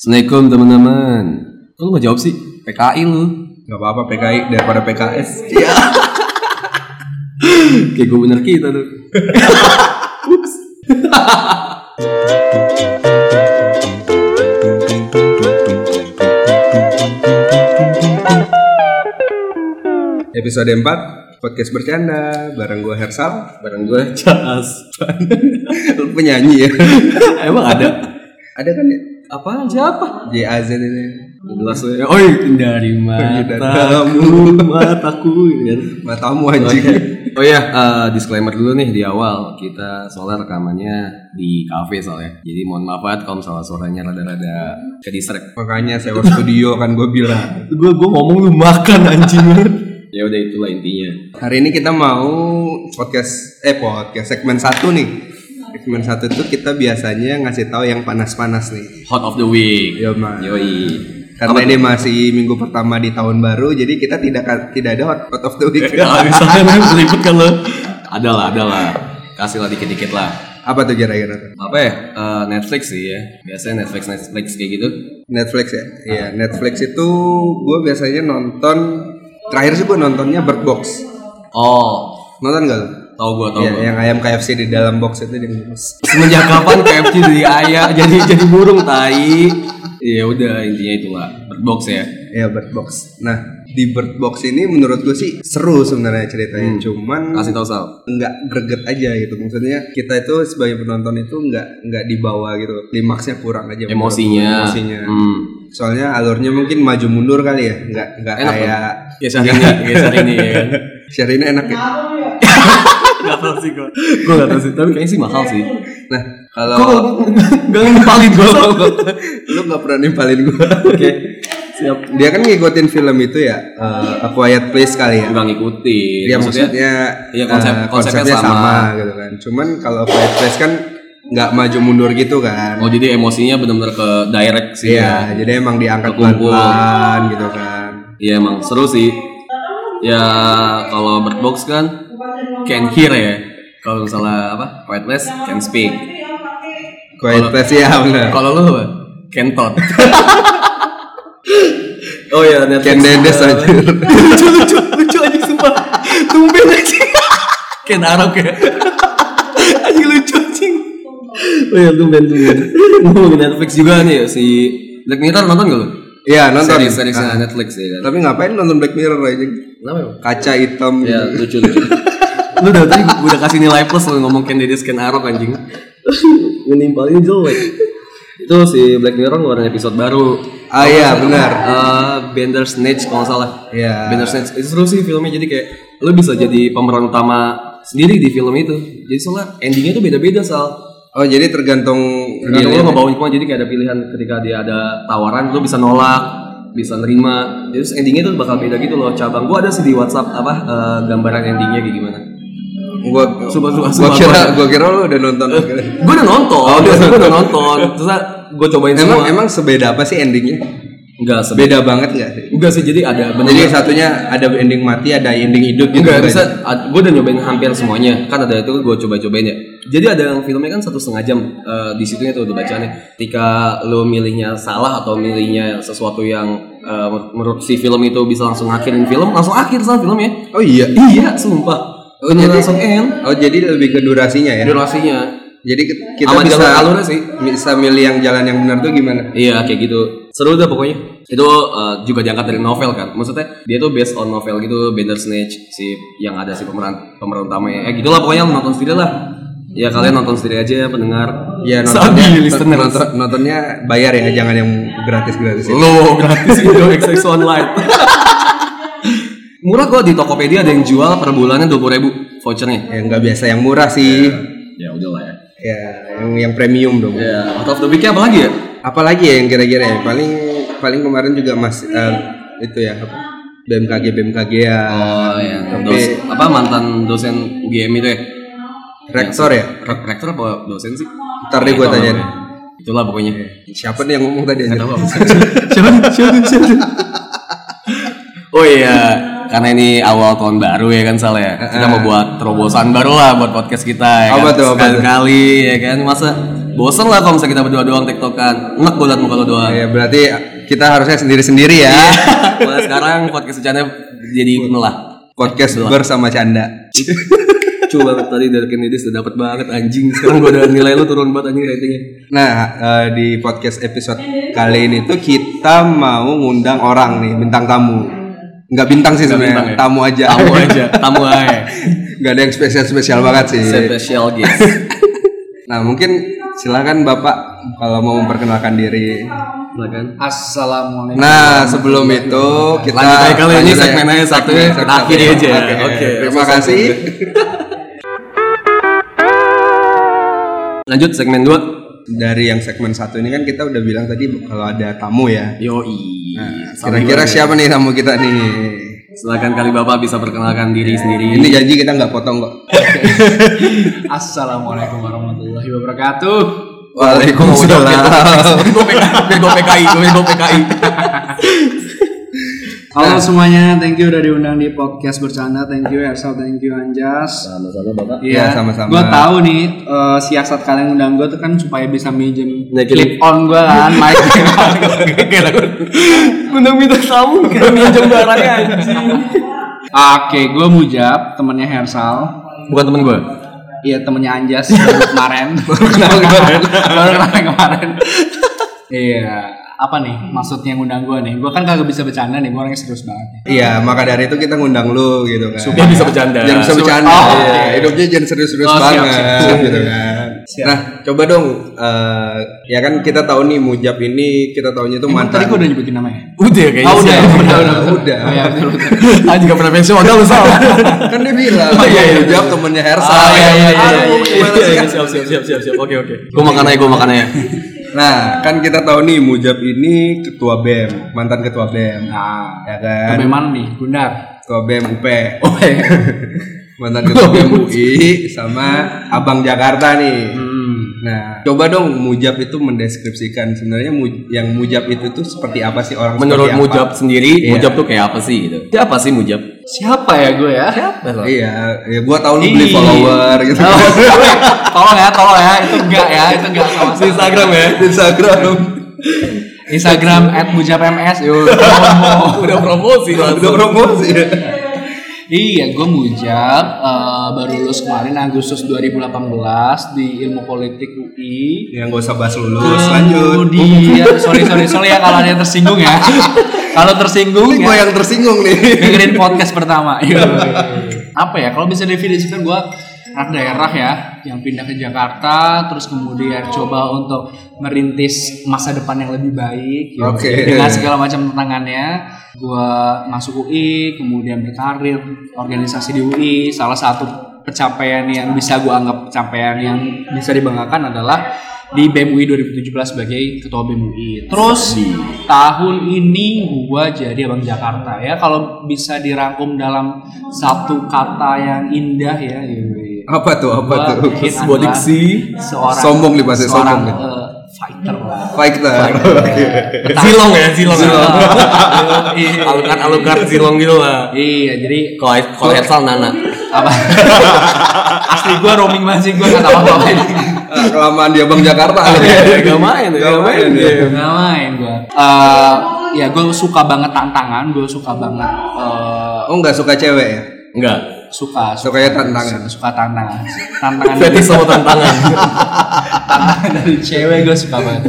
Assalamualaikum teman-teman. Kok lu gak jawab sih? PKI lu. Gak apa-apa PKI daripada PKS. Iya. Kayak gue bener kita tuh. Episode 4 podcast bercanda bareng gue Hersal, bareng gue Jas. lu penyanyi ya. Emang ada? Ada kan ya? Apa? Siapa? JAZ ini. Jelas ya. Oi, dari matamu, mataku. gitu kan. Matamu anjing. Oh iya, eh, disclaimer dulu nih di awal kita soalnya rekamannya di cafe soalnya. Jadi mohon maaf banget kalau misalnya suaranya rada-rada ke distract. Makanya sewa studio kan gue bilang. Gue gue ngomong lu makan anjing. ya udah itulah intinya. Hari ini kita mau podcast eh podcast segmen 1 nih. Segmen 1 itu kita biasanya ngasih tahu yang panas-panas nih. Hot of the week. Yo, Ma. Yoi. Karena ini masih minggu pertama di tahun baru, jadi kita tidak tidak ada hot- hot of the week. Ya misalnya ribet kan lo. Ada lah, ada lah. Kasih lah dikit-dikit lah. Apa tuh kira-kira? tuh? Apa ya? Eh, Netflix sih ya. Biasanya Netflix Netflix kayak gitu. Netflix ya, iya Ah. Netflix itu gue biasanya nonton terakhir sih gue nontonnya Bird Box, Oh, nonton gak lu? tahu gua tahu Iya, gua. yang ayam KFC di dalam box itu di minus. Semenjak kapan KFC dari ayah jadi jadi burung tai. Ya udah intinya itulah. Berbox ya. Iya Bird Box. Nah di Bird Box ini menurut gue sih seru sebenarnya Hmm. ceritanya, cuman Kasih tahu Sal. nggak greget aja gitu maksudnya kita itu sebagai penonton itu nggak nggak dibawa gitu klimaksnya kurang aja menurut gua, Emosinya. emosinya Hmm. soalnya alurnya mungkin maju mundur kali ya nggak nggak Enak kayak Geser ini, geser ini ya kan. Syahrini enak ya Gak tau sih gua. Gua gak tau sih, tapi kayaknya sih mahal sih. nah kalau Gua gak ngepalin gua. lu nggak pernah nimpalin gue Oke. Siap. dia kan ngikutin film itu ya eh, A Quiet Place kali ya Gak ngikutin. dia maksudnya iya, eh, konsep- konsepnya sama. gitu kan cuman kalau A Quiet Place kan nggak maju mundur gitu kan Oh jadi emosinya benar-benar ke direct sih. ya. iya jadi emang diangkat Terkumpul. pelan-pelan gitu kan Iya emang seru sih. Ya kalau bird box kan can hear ya. Kalau misalnya apa whitelist can speak. Quiet Place ya benar Kalau lu apa? Can talk. oh iya Netflix. Ken Dedes aja lucu lucu lucu aja sumpah. Tumben aja. Can Arab ya. Anjing lucu anjing. Oh iya tumben tumben. Ngomongin Netflix juga nih si Black Mirror nonton gak lu? iya nonton Series seriesnya Netflix ya kan. tapi ngapain nonton Black Mirror aja Kenapa emang? kaca hitam Ya gitu lucu lucu. lu udah tadi gua udah kasih nilai plus lu ngomong Ken Dedis Ken Arok anjing. Menimpalin jelek. Itu si Black Mirror ngeluarin episode baru. ah iya benar Eh, Bender Snatch kalau nggak salah. Iya. Bender Snatch itu seru sih filmnya jadi kayak lu bisa jadi pemeran utama sendiri di film itu. Jadi soalnya endingnya tuh beda-beda soal. oh jadi tergantung Tergantung lu ngebawain kemana jadi kayak ada pilihan ketika dia ada tawaran lu bisa nolak bisa nerima terus endingnya tuh bakal beda gitu loh cabang gua ada sih di WhatsApp apa eh, gambaran endingnya kayak gimana gua Sumpah, sumpah, gua sumpah, kira sumpah. gua kira lu udah nonton gue udah nonton, gue udah nonton. Terus gue cobain emang semua. emang sebeda apa sih endingnya Enggak sebe- beda banget nggak sih Enggak sih, jadi ada jadi bener satunya ada ending mati ada ending hidup gitu Enggak kan? bisa. Gue udah nyobain hampir semuanya. Kan ada itu gue coba-cobain ya. Jadi ada yang filmnya kan satu setengah jam eh, di situnya tuh dibacaannya. Ketika lo milihnya salah atau milihnya sesuatu yang eh, mer- menurut si film itu bisa langsung akhirin film, langsung akhir sama filmnya. oh iya Iya, sumpah. Oh, Bener jadi- langsung end oh jadi lebih ke durasinya ya durasinya. jadi ki- kita Sama Iya. bisa jalan alurnya sih. bisa milih yang jalan yang benar tuh gimana Iya kayak gitu seru dah pokoknya itu uh, juga diangkat dari novel kan maksudnya dia tuh based on novel gitu Bandersnatch si yang ada si pemeran pemeran utamanya eh gitulah pokoknya lu nonton sendiri lah ya kalian nonton sendiri aja ya pendengar ya Sabi nontonnya listeners. nonton- nontonnya bayar ya jangan yang gratis gratis lo gratis video XX online murah kok di Tokopedia ada yang jual per bulannya dua puluh ribu vouchernya ya nggak biasa yang murah sih ya udahlah ya ya yang yang premium dong ya out of the week apa lagi ya apalagi ya yang kira-kira ya paling paling kemarin juga mas eh, itu ya apa BMKG BMKG ya oh yang dos- apa mantan dosen UGM itu ya rektor ya Re- rektor apa dosen sih ntar deh gue tanyain itulah pokoknya siapa nih yang ngomong tadi Nggak anjir? tahu apa. Siapa nih? Siapa nih? Siapa nih? Oh iya, karena ini awal tahun baru ya kan Sal ya. Kita mau buat terobosan baru lah buat podcast kita ya Apa kan. tuh, apa tuh? Sekali-kali ya kan. Masa bosen lah kalau misalnya kita berdua doang tiktokan enak gue liat muka lo doang Ya berarti kita harusnya sendiri-sendiri ya. Iya. malah sekarang podcast bercanda jadi melah Podcast bersama canda. coba banget tadi dari Kennedy udah dapat banget anjing sekarang gue udah nilai lu turun banget anjing ratingnya Nah, eh, di podcast episode kali ini tuh kita mau ngundang orang nih, bintang tamu. Nggak bintang sih bintang ya? sebenarnya, tamu aja. tamu aja tamu aja Nggak ada yang spesial-spesial banget sih. special guest Nah, mungkin silakan Bapak kalau mau memperkenalkan diri. nah kan Assalamualaikum. Nah, sebelum itu kita lanjut aja kali ini lanjut aja. segmen aja satu Segmen kita akhiri aja ya. Oke, oke terima kasih. lanjut segmen 2 Dari yang segmen satu ini kan kita udah bilang tadi kalau ada tamu ya. yoi Nah, Kira-kira siapa nih tamu kita nih? silakan kali bapak bisa perkenalkan diri sendiri Ini janji kita nggak potong kok. Assalamualaikum warahmatullahi wabarakatuh. Waalaikumsalam. gue PKI gue PKI gue PKI Halo semuanya, thank you udah diundang di podcast bercanda. Thank you Ersal, thank you Anjas. sama-sama bapak Iya, sama-sama. Gue Ya, tahu nih eh, siasat kalian undang gue tuh kan supaya bisa minjem Nah, clip on gue kan, mic clip on gua. Undang minta tamu Kita minjem barangnya anjing Oke, gue Mujab, temennya Hersal. Bukan temen gue Iya temennya Anjas baru kemarin. Baru kenal kemarin. Baru kenal kemarin. Iya. Apa nih maksudnya ngundang gue nih? Gue kan kagak bisa bercanda nih, gue orangnya serius banget. Iya, maka dari itu kita ngundang lu gitu kan. Iya. Dia bisa bercanda Jangan bisa bercanda. Oh, Iya, oke. Hidupnya jangan serius-serius Oh, siap, banget siap, siap. gitu kan. Siap. Nah, coba dong eh, ya kan kita tahu nih Mujab ini kita tahunya Eh, itu Emang mantan. Tadi gue udah nyebutin namanya. Udah ya kayaknya Oh, udah, sih. udah, udah, Udah. Oh, ya, iya. betul, betul. Anjing gak pernah mention Udah lu salah kan dia bilang Oh, iya, iya. Mujab temennya Hersa. Ah, iya, iya, iya, Aduh, iya, iya, gimana sih? iya, siap, siap, siap, siap, siap. Oke, oke. Gue makan aja, gue makan aja. Nah, kan kita tahu nih Mujab ini ketua BEM, mantan ketua BEM. Nah, Ya kan? lebih mana nih? Gundar. Ketua BEM UP. Oh, iya. Mantan ketua BEM UI sama Abang Jakarta nih. Hmm. Hmm. Nah, coba dong mujab itu mendeskripsikan sebenarnya mu- yang mujab itu tuh seperti apa sih orang Menurut seperti apa? Mujab sendiri, Iya. Mujab tuh kayak apa sih gitu? Siapa sih Mujab? Siapa ya gue ya? Siapa lah? Iya, ya gua tahu lu beli Ih. follower gitu. Oh, tolong ya, tolong ya. Itu enggak ya, itu enggak sama Di Instagram ya. Di Instagram. Instagram @mujabms. Yo. Udah promosi Udah langsung. Iya, promosi. Iya, gue Mujab eh, baru lulus kemarin Agustus 2018 di Ilmu Politik UI. Ya enggak usah bahas lulus, Hmm. lanjut. Kemudian, sorry sorry sorry ya kalau ada yang tersinggung ya. kalau Ini tersinggung ya. gua yang tersinggung nih. dengerin podcast pertama. Iya. Apa ya? Kalau bisa definisikan gue anak daerah ya yang pindah ke Jakarta terus kemudian coba untuk merintis masa depan yang lebih baik ya. Oke. dengan segala macam tantangannya gue masuk UI kemudian berkarir organisasi di UI salah satu pencapaian yang bisa gue anggap pencapaian yang bisa dibanggakan adalah di BEM UI 2017 sebagai ketua BEM UI terus tahun ini gua jadi abang Jakarta ya kalau bisa dirangkum dalam satu kata yang indah ya yoi. Apa tuh? Apa Gua tuh? mungkin Sebuah adalah diksi. seorang Sombong nih, pasti seorang, sombong. eh, fighter lah Fighter. Oke. Zilong ya, Zilong. Yoi. Alukan alukan Zilong gitu lah. iya jadi Kalau kalau Hersal Nana. apa asli gua roaming banget sih gua nggak tahu apa apa Ah, Kelamaan dia Bang Jakarta. Iya, Gak main, gak main. dia. Nggak main gua Eh, ya gua suka banget tantangan gua suka banget eh, Oh, enggak suka cewek ya? Enggak. suka Sukanya tantangan. suka tantangan tantangan dari, Fetish sama tantangan. tantangan dari cewek gue suka banget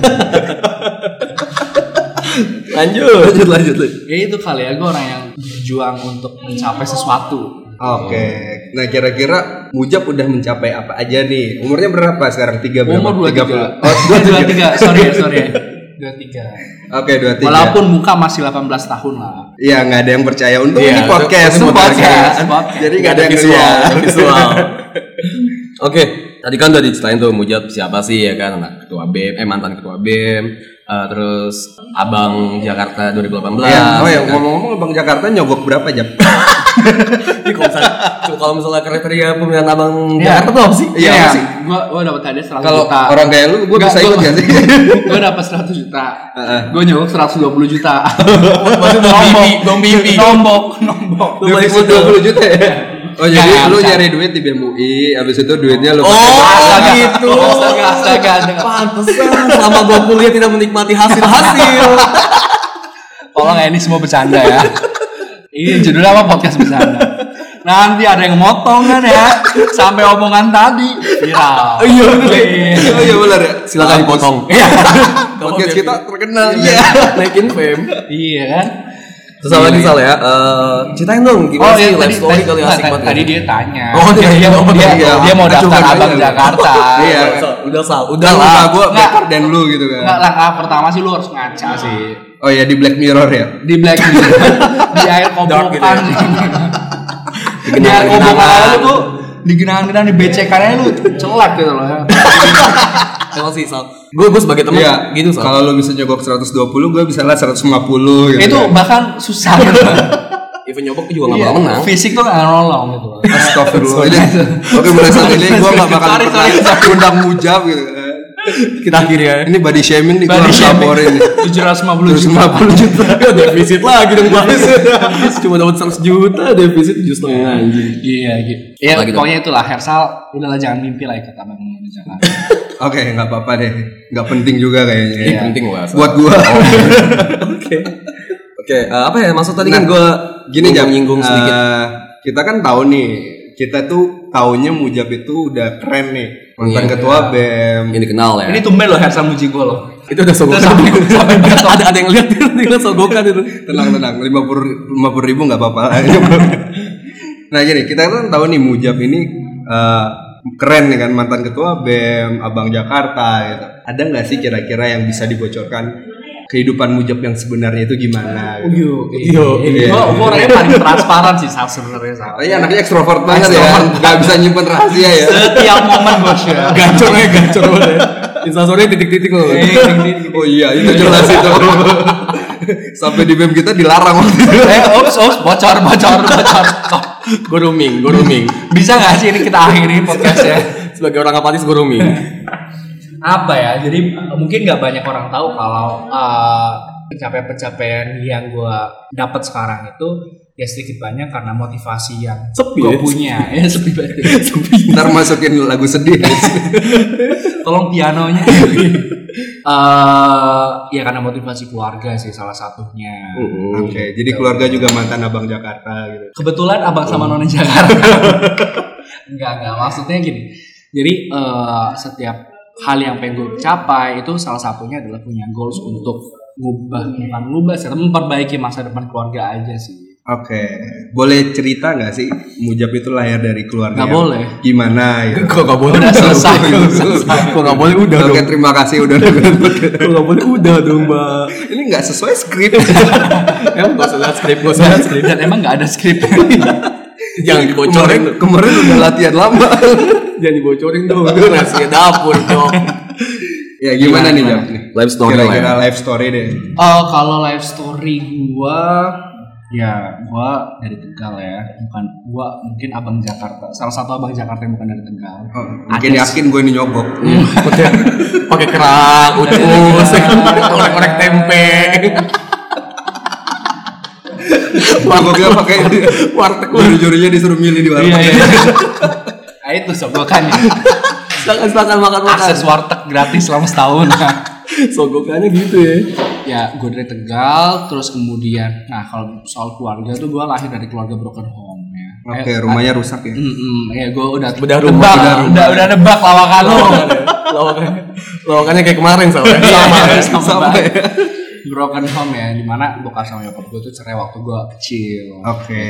Lanjut. Lanjut, lanjut. ya itu kali ya gue orang yang berjuang untuk mencapai sesuatu Oke. Nah, kira-kira Mujab udah mencapai apa aja nih? Umurnya berapa sekarang? 3 berapa? umur dua tiga 30. Oh, dua tiga sorry ya sorry ya dua tiga Oke, 23. walaupun muka masih 18 tahun lah Iya nggak ada yang percaya untuk Iya, ini podcast, itu- itu semuanya. podcast, podcast. Jadi nggak ada yang Iya. lihat. ada visual. Oke, tadi kan udah diceritain tuh Mujab siapa sih ya kan anak ketua BEM, eh mantan ketua BEM, eh, terus Abang Jakarta 2018. Iya. Oh ya kan. ngomong-ngomong Bang Jakarta nyogok berapa jam? Jadi kalau misalnya, kalau misalnya kriteria pemilihan Abang Iya. Jakarta tuh apa sih? Iya, apa sih? Gua gua dapat hadiah 100 Kalau juta. orang kayak lu, gua bisa ikut nggak sih? Gua dapat 100 juta. Heeh. Gua nyogok 120 juta. Maksudnya Bang Bibi, Bang Bibi. Nombok, nombok. Dua puluh juta ya. Oh jadi Jangan, lu jangan. nyari duit di BEM UI, habis itu duitnya Oh lu Astaga. gitu. Astaga, astaga, astaga. Pantesan selama gua kuliah tidak menikmati hasil-hasil. Tolong ya, ini semua bercanda ya. ini judulnya apa podcast bercanda. Nanti ada yang motong kan ya sampai omongan tadi viral. Iya bener. Oh iya benar ya. Silakan potong. Iya. Podcast kita terkenal. Iya. Iya, naikin fame. Iya kan? Terus apa lagi Sal ya? Eh, ceritain dong gimana sih life story kali enggak, asik banget. Oh, iya, tadi ya? dia tanya. Oh, dia dia, dia, tanya. mau- dia, Iya. dia mau Acungan daftar aja abang nggak? Jakarta. Iya. Sal, udah Sal, udah Udah lah. lah gue Nggak. better than lu gitu Nggak, kan. langkah ah, pertama sih lu harus ngaca sih. Oh iya di Black Mirror ya. Di Black Mirror, di air Dark gitu ya. kobokan. di air genangan-genangan. kobokan lu tuh di genangan-genangan di becekannya lu celak gitu loh. Iya, Emang sih Sal. Gue gue sebagai teman Iya. gitu Sal. Kalau lu bisa nyogok 120, gue bisa lah 150 gitu. Itu iya. kan. bahkan susah. Even nyobok gua juga nggak Iya. bakal Iya, menang. Fisik tuh nggak nolong gitu. loh. Astagfirullah. Ini- Oke mulai saat ini gue gak bakal Sorry, pernah undang mujab gitu. kan. Kita akhiri ya. Ini body shaming nih gue Body harus shaming. laporin. 750 juta. 150 juta. defisit lagi dong Bang. Cuma dapat 100 juta defisit justru setengah anjing. Iya gitu. Ya Apalagi tuh? pokoknya itulah Hersal udahlah jangan mimpi lah ikut abang di Jakarta. Oke nggak apa-apa deh. Nggak penting juga kayaknya. ya. Ini Iya, penting lah. Oh. Sal. Buat gue. Oke. Oke, eh, apa ya maksud tadi kan Nah, gue Gini jam nyinggung sedikit. eh, kita kan tahu nih. Kita tuh taunya mujab itu udah keren nih. Mantan Iya. ketua E BEM. Yang dikenal ya. Ini tumben loh Hersal muji gue loh. itu udah sogokan. ada ada yang lihat dia sogokan itu. tenang tenang lima puluh ribu nggak apa-apa lah. nah gini kita kan tahu nih mujab ini eh, keren nih kan mantan ketua bem abang jakarta gitu ada nggak sih kira-kira yang bisa dibocorkan kehidupan mujab yang sebenarnya itu gimana gitu? Yo. Iya. Gue orangnya paling transparan sih Sal sebenarnya Oh, Sal. iya anaknya ekstrovert banget Ekstrovert. ya nggak bisa nyimpen rahasia ya Setiap momen gue share. Gacor ya, gacor banget ya. Instastory titik-titik loh. oh iya itu jelas itu sampai di bem kita dilarang waktu itu. Eh, ups, ups, bocor, bocor, bocor. Stop. Gue roaming, gue roaming. Bisa gak sih ini kita akhiri podcast ya? Sebagai orang apatis gue roaming. Apa ya? Jadi mungkin nggak banyak orang tahu kalau eh, pencapaian-pencapaian yang gue dapat sekarang itu ya sedikit banyak karena motivasi yang Sepi ya? gue punya ya sepi banget ntar masukin lagu sedih tolong pianonya Eh ya karena motivasi keluarga sih salah satunya oke jadi keluarga juga mantan abang jakarta gitu kebetulan abang sama Hmm. nona Jakarta enggak enggak maksudnya gini jadi eh, setiap hal yang pengen gue capai itu salah satunya adalah punya goals untuk ngubah bukan ngubah sih tapi memperbaiki masa depan keluarga aja sih Oke, boleh cerita nggak sih Mujab itu lahir dari keluarga? Nggak yang boleh. Gimana ya? Gue gak boleh. udah selesai udah selesai. Gue gak boleh udah Oke, dong. terima kasih udah nonton. Gue gak boleh udah dong, Mbak. Ini nggak sesuai skrip. Emang gak usah lihat skrip, gak usah lihat skrip. dan emang nggak ada skrip Jangan dibocorin. kemarin, kemarin udah latihan lama. Jangan dibocorin dong. Itu rahasia dapur, dong. ya gimana, Gimana, nih gimana? Jab? nih? Life story lah ya. Kira-kira life story deh. Oh, kalau life story gua ya gua dari Tegal ya, bukan gua mungkin abang Jakarta. Salah satu abang Jakarta yang bukan dari Tegal. Oh, mungkin yakin gue ini nyogok. Takutnya pakai kerang, ucus, korek-korek tempe. Nyogoknya pakai warteg. Juri-jurinya disuruh milih di Iya. Iya, warteg. Nah, itu sogokannya. Silakan silakan makan makan. Akses warteg gratis selama setahun. Sogokannya gitu ya. ya, gua dari Tegal, terus kemudian nah kalau soal keluarga tuh gua lahir dari keluarga broken home ya. Oke, rumahnya rusak ya. Mm-mm, ya gue udah Bedah rumah, nebak, bedah udah udah nebak lawakan lo. Lawakannya, lawakannya kayak kemarin soalnya. sama, iya, sama sama, banget. banget. broken home ya dimana bokap sama nyokap gue tuh cerai waktu gue kecil Oke.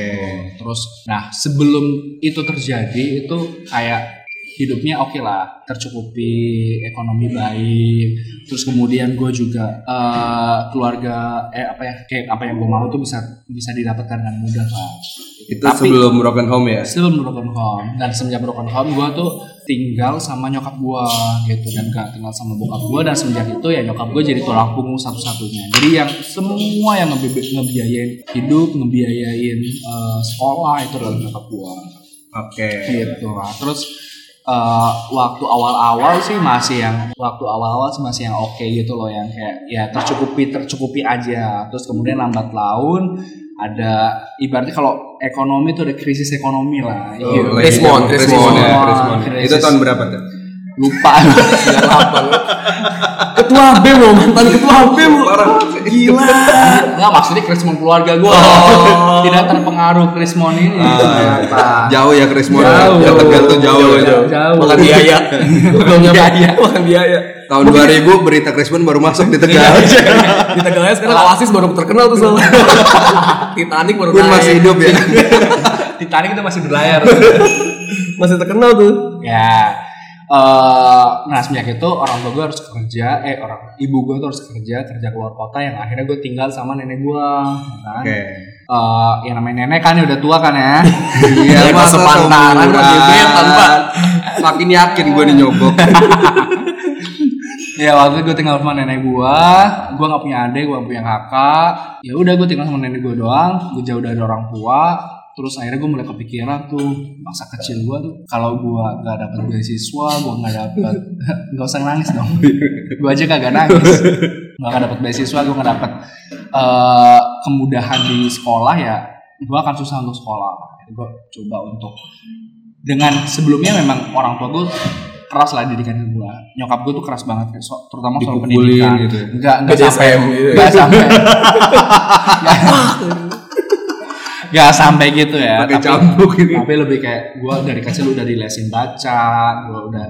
terus nah sebelum itu terjadi itu kayak hidupnya oke lah tercukupi ekonomi baik terus kemudian gue juga eh, keluarga eh apa ya kayak apa yang gue mau tuh bisa bisa didapatkan dengan mudah lah Itu sebelum broken home ya. sebelum broken home dan semenjak broken home gue tuh tinggal sama nyokap gue gitu dan gak tinggal sama bokap gue dan semenjak itu ya nyokap gue jadi tulang punggung satu-satunya jadi yang semua yang ngebi- ngebiayain hidup ngebiayain eh, sekolah itu adalah nyokap gue Oke. Iya. gitu nah, terus eh, waktu awal-awal sih masih yang waktu awal-awal sih masih yang oke gitu loh yang kayak ya tercukupi tercukupi aja terus kemudian lambat laun ada ibaratnya kalau ekonomi itu ada krisis ekonomi lah. Iya. Oh, Chris Mon, Chris Chris Mon, Mon. ya, Chris Mon. Chris. Itu tahun berapa tuh? Lupa. ketua BEM loh mantan ketua BEM loh. Parah. gila Enggak maksudnya krismon keluarga gue Oh. tidak terpengaruh krismon ini. Ah, jauh ya Chris Mon. Jauh. Ke Tegal tuh jauh. ya. Jauh. makan biaya belum Iya, biaya makan biaya Tahun 2000 berita Chris Mon baru masuk di Tegal. iya. di tegalnya sekarang Oasis baru terkenal tuh soalnya Titanic baru Pun naik. masih hidup ya. Titanic itu masih berlayar. masih terkenal tuh ya. eh nah semenjak itu orang tua gue harus kerja, eh orang ibu gue tuh harus kerja, kerja keluar kota yang akhirnya gue tinggal sama nenek gue, kan? Oke. Eh, yang namanya nenek kan ya udah tua kan ya. Dari Iya, masa sepantaran, seumuran. Mas Ibrit, tanpa- makin yakin gue nih nyobok. ya waktu itu gue tinggal sama nenek gua gua nggak punya adik gua nggak punya kakak ya udah gue tinggal sama nenek gua doang gue jauh dari orang tua terus akhirnya gue mulai kepikiran tuh masa kecil gua tuh kalau gua nggak dapet beasiswa gua nggak dapet nggak usah nangis dong gua aja kagak nangis gua nggak dapet beasiswa gua nggak dapet eh, kemudahan di sekolah ya gua akan susah untuk sekolah gue coba untuk dengan sebelumnya memang orang tua gue keras lah didikan gue nyokap gue tuh keras banget kayak so- terutama soal Dipukulin pendidikan gitu ya? nggak nggak Ke sampai DSM gitu ya? nggak sampai nggak- nggak sampai gitu ya Pakai tapi- cambuk gitu. tapi lebih kayak gue dari kecil udah dilesin baca gue udah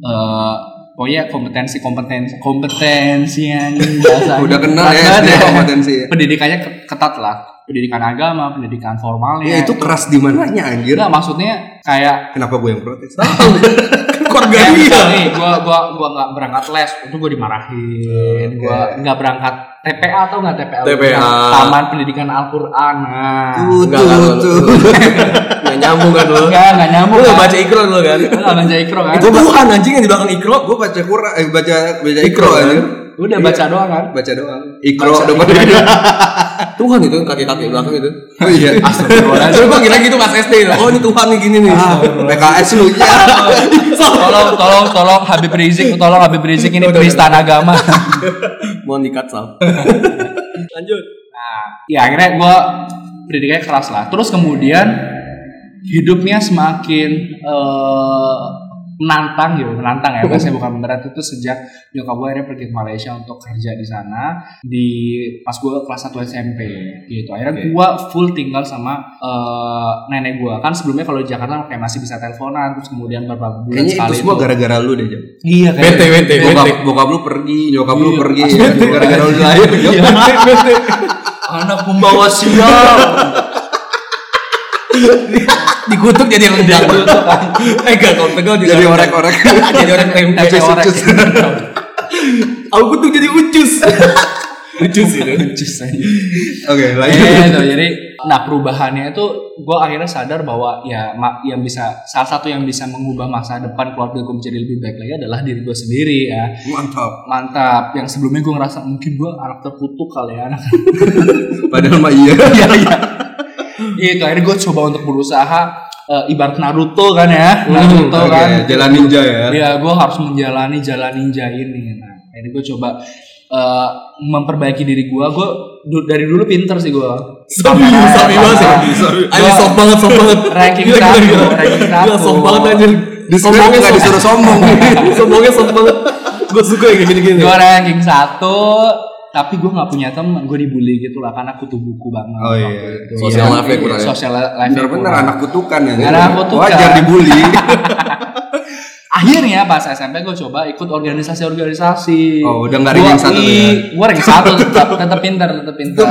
eh pokoknya kompetensi kompetensi kompetensi yang bahasa Udah kenal ya bahasa- SD kompetensi ya. pendidikannya ke- ketat lah pendidikan agama pendidikan formalnya Ya itu keras di mananya anjir. Nggak, maksudnya kayak Kenapa gue yang protes? keluarga Kayak dia misal nih, gua gua gua nggak berangkat les, itu gua dimarahin. Gua nggak berangkat TPA atau nggak TPA? TPA. Taman Pendidikan Al-Qur'an. Nah. Tuh, Enggak, tuh, enggak, tuh. nggak nyambung kan lo Enggak, enggak nyambung. lo kan? baca ikro lo kan Lu nggak baca ikro kan? itu bukan anjing yang di belakang ikro Gue baca kurang, eh, baca baca ikro Ikro, kan? anjir. Udah baca Iya. doang kan? Baca doang. Ikro Baca depan. Tuhan itu kaki-kaki belakang itu Oh iya. Terus gue kira gitu pas SD Oh ini Tuhan nih gini nih Ah, PKS lu ya. Tolong, tolong, tolong Habib Rizik, tolong Habib Rizik ini penistaan agama. Mohon dikat Sal Lanjut Nah, ya akhirnya gua pendidikannya keras lah. Terus kemudian hidupnya semakin eh, menantang gitu, menantang ya. Bahasanya bukan berat itu sejak nyokap gue akhirnya pergi ke Malaysia untuk kerja di sana di pas gue kelas 1 SMP gitu. Akhirnya Oke. gua full tinggal sama eh, nenek gua. Kan sebelumnya kalau di Jakarta kayak masih bisa teleponan terus kemudian beberapa bulan Kayaknya itu Kan sekali semua itu- gara-gara lu deh, Jam. Iya kayaknya. Bete, bete, Bokap, bete bokap lu pergi, nyokap lu Iya, pergi, asli. ya. gara-gara lu lahir. Jam. Anak pembawa sial. Dikutuk jadi rendang Eh gak kalau tegal juga Jadi rendang. orek-orek. Jadi orang tempe Tempe orek. Ucus. Aku kutuk jadi ucus Ucus itu Ucus aja. Oke, lanjut. Iya, gitu. jadi nah perubahannya itu gue akhirnya sadar bahwa ya ma- yang bisa salah satu yang bisa mengubah masa depan keluarga gue menjadi lebih baik lagi adalah diri gue sendiri ya Mantap. mantap yang sebelumnya gue ngerasa mungkin gue anak terkutuk kali ya anak Padahal mah iya. iya iya itu akhirnya gue coba untuk berusaha eh, ibarat Naruto kan ya Naruto Oke, kan jalan ninja ya. Ya, gue harus menjalani jalan ninja ini. Nah, ini gue coba eh, memperbaiki diri gue. Gue du- dari dulu pinter sih gue. Sabi Sabi banget sih Anjir soft banget soft banget Ranking Gila, gila, satu, gila. ranking Gila satu. soft banget anjir Disuruh Sombongnya nggak soft. disuruh sombong. Sombongnya soft banget Gue suka yang kayak Iya. gini-gini Gue ranking satu, tapi gue nggak punya temen. Gue dibully gitu lah karena aku tuh buku banget. Oh iya. waktu itu. Sosial Iya, life-nya iya, kurang ya? Sosial life Bener-bener anak kutukan ya. Anak kutukan. Wajar dibully. Akhirnya pas SMP gue coba ikut organisasi-organisasi. Oh, udah nggak Gua- ranking satu tuh ya? Ih, Gua ranking satu tetap, tetap pinter, tetap pinter.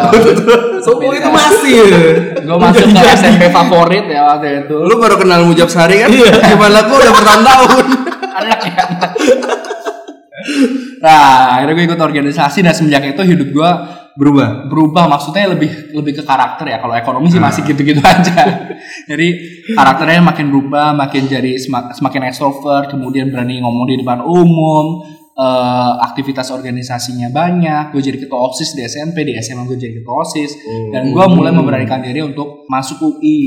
Sombong itu masih ya. Gue masuk ke SMP favorit ya waktu itu. Lu baru kenal Mujab Sari kan? Gimana gua udah bertahun-tahun. anak ya anak. nah akhirnya gue ikut organisasi dan semenjak itu hidup gue Berubah. berubah maksudnya lebih lebih ke karakter ya kalau ekonomi sih Hmm. masih gitu-gitu aja jadi karakternya makin berubah makin jadi semak- semakin extrovert kemudian berani ngomong di depan umum eh, aktivitas organisasinya banyak gue jadi ketua osis di SMP di SMA gue jadi ketua osis dan Hmm. gue mulai memberanikan diri untuk masuk UI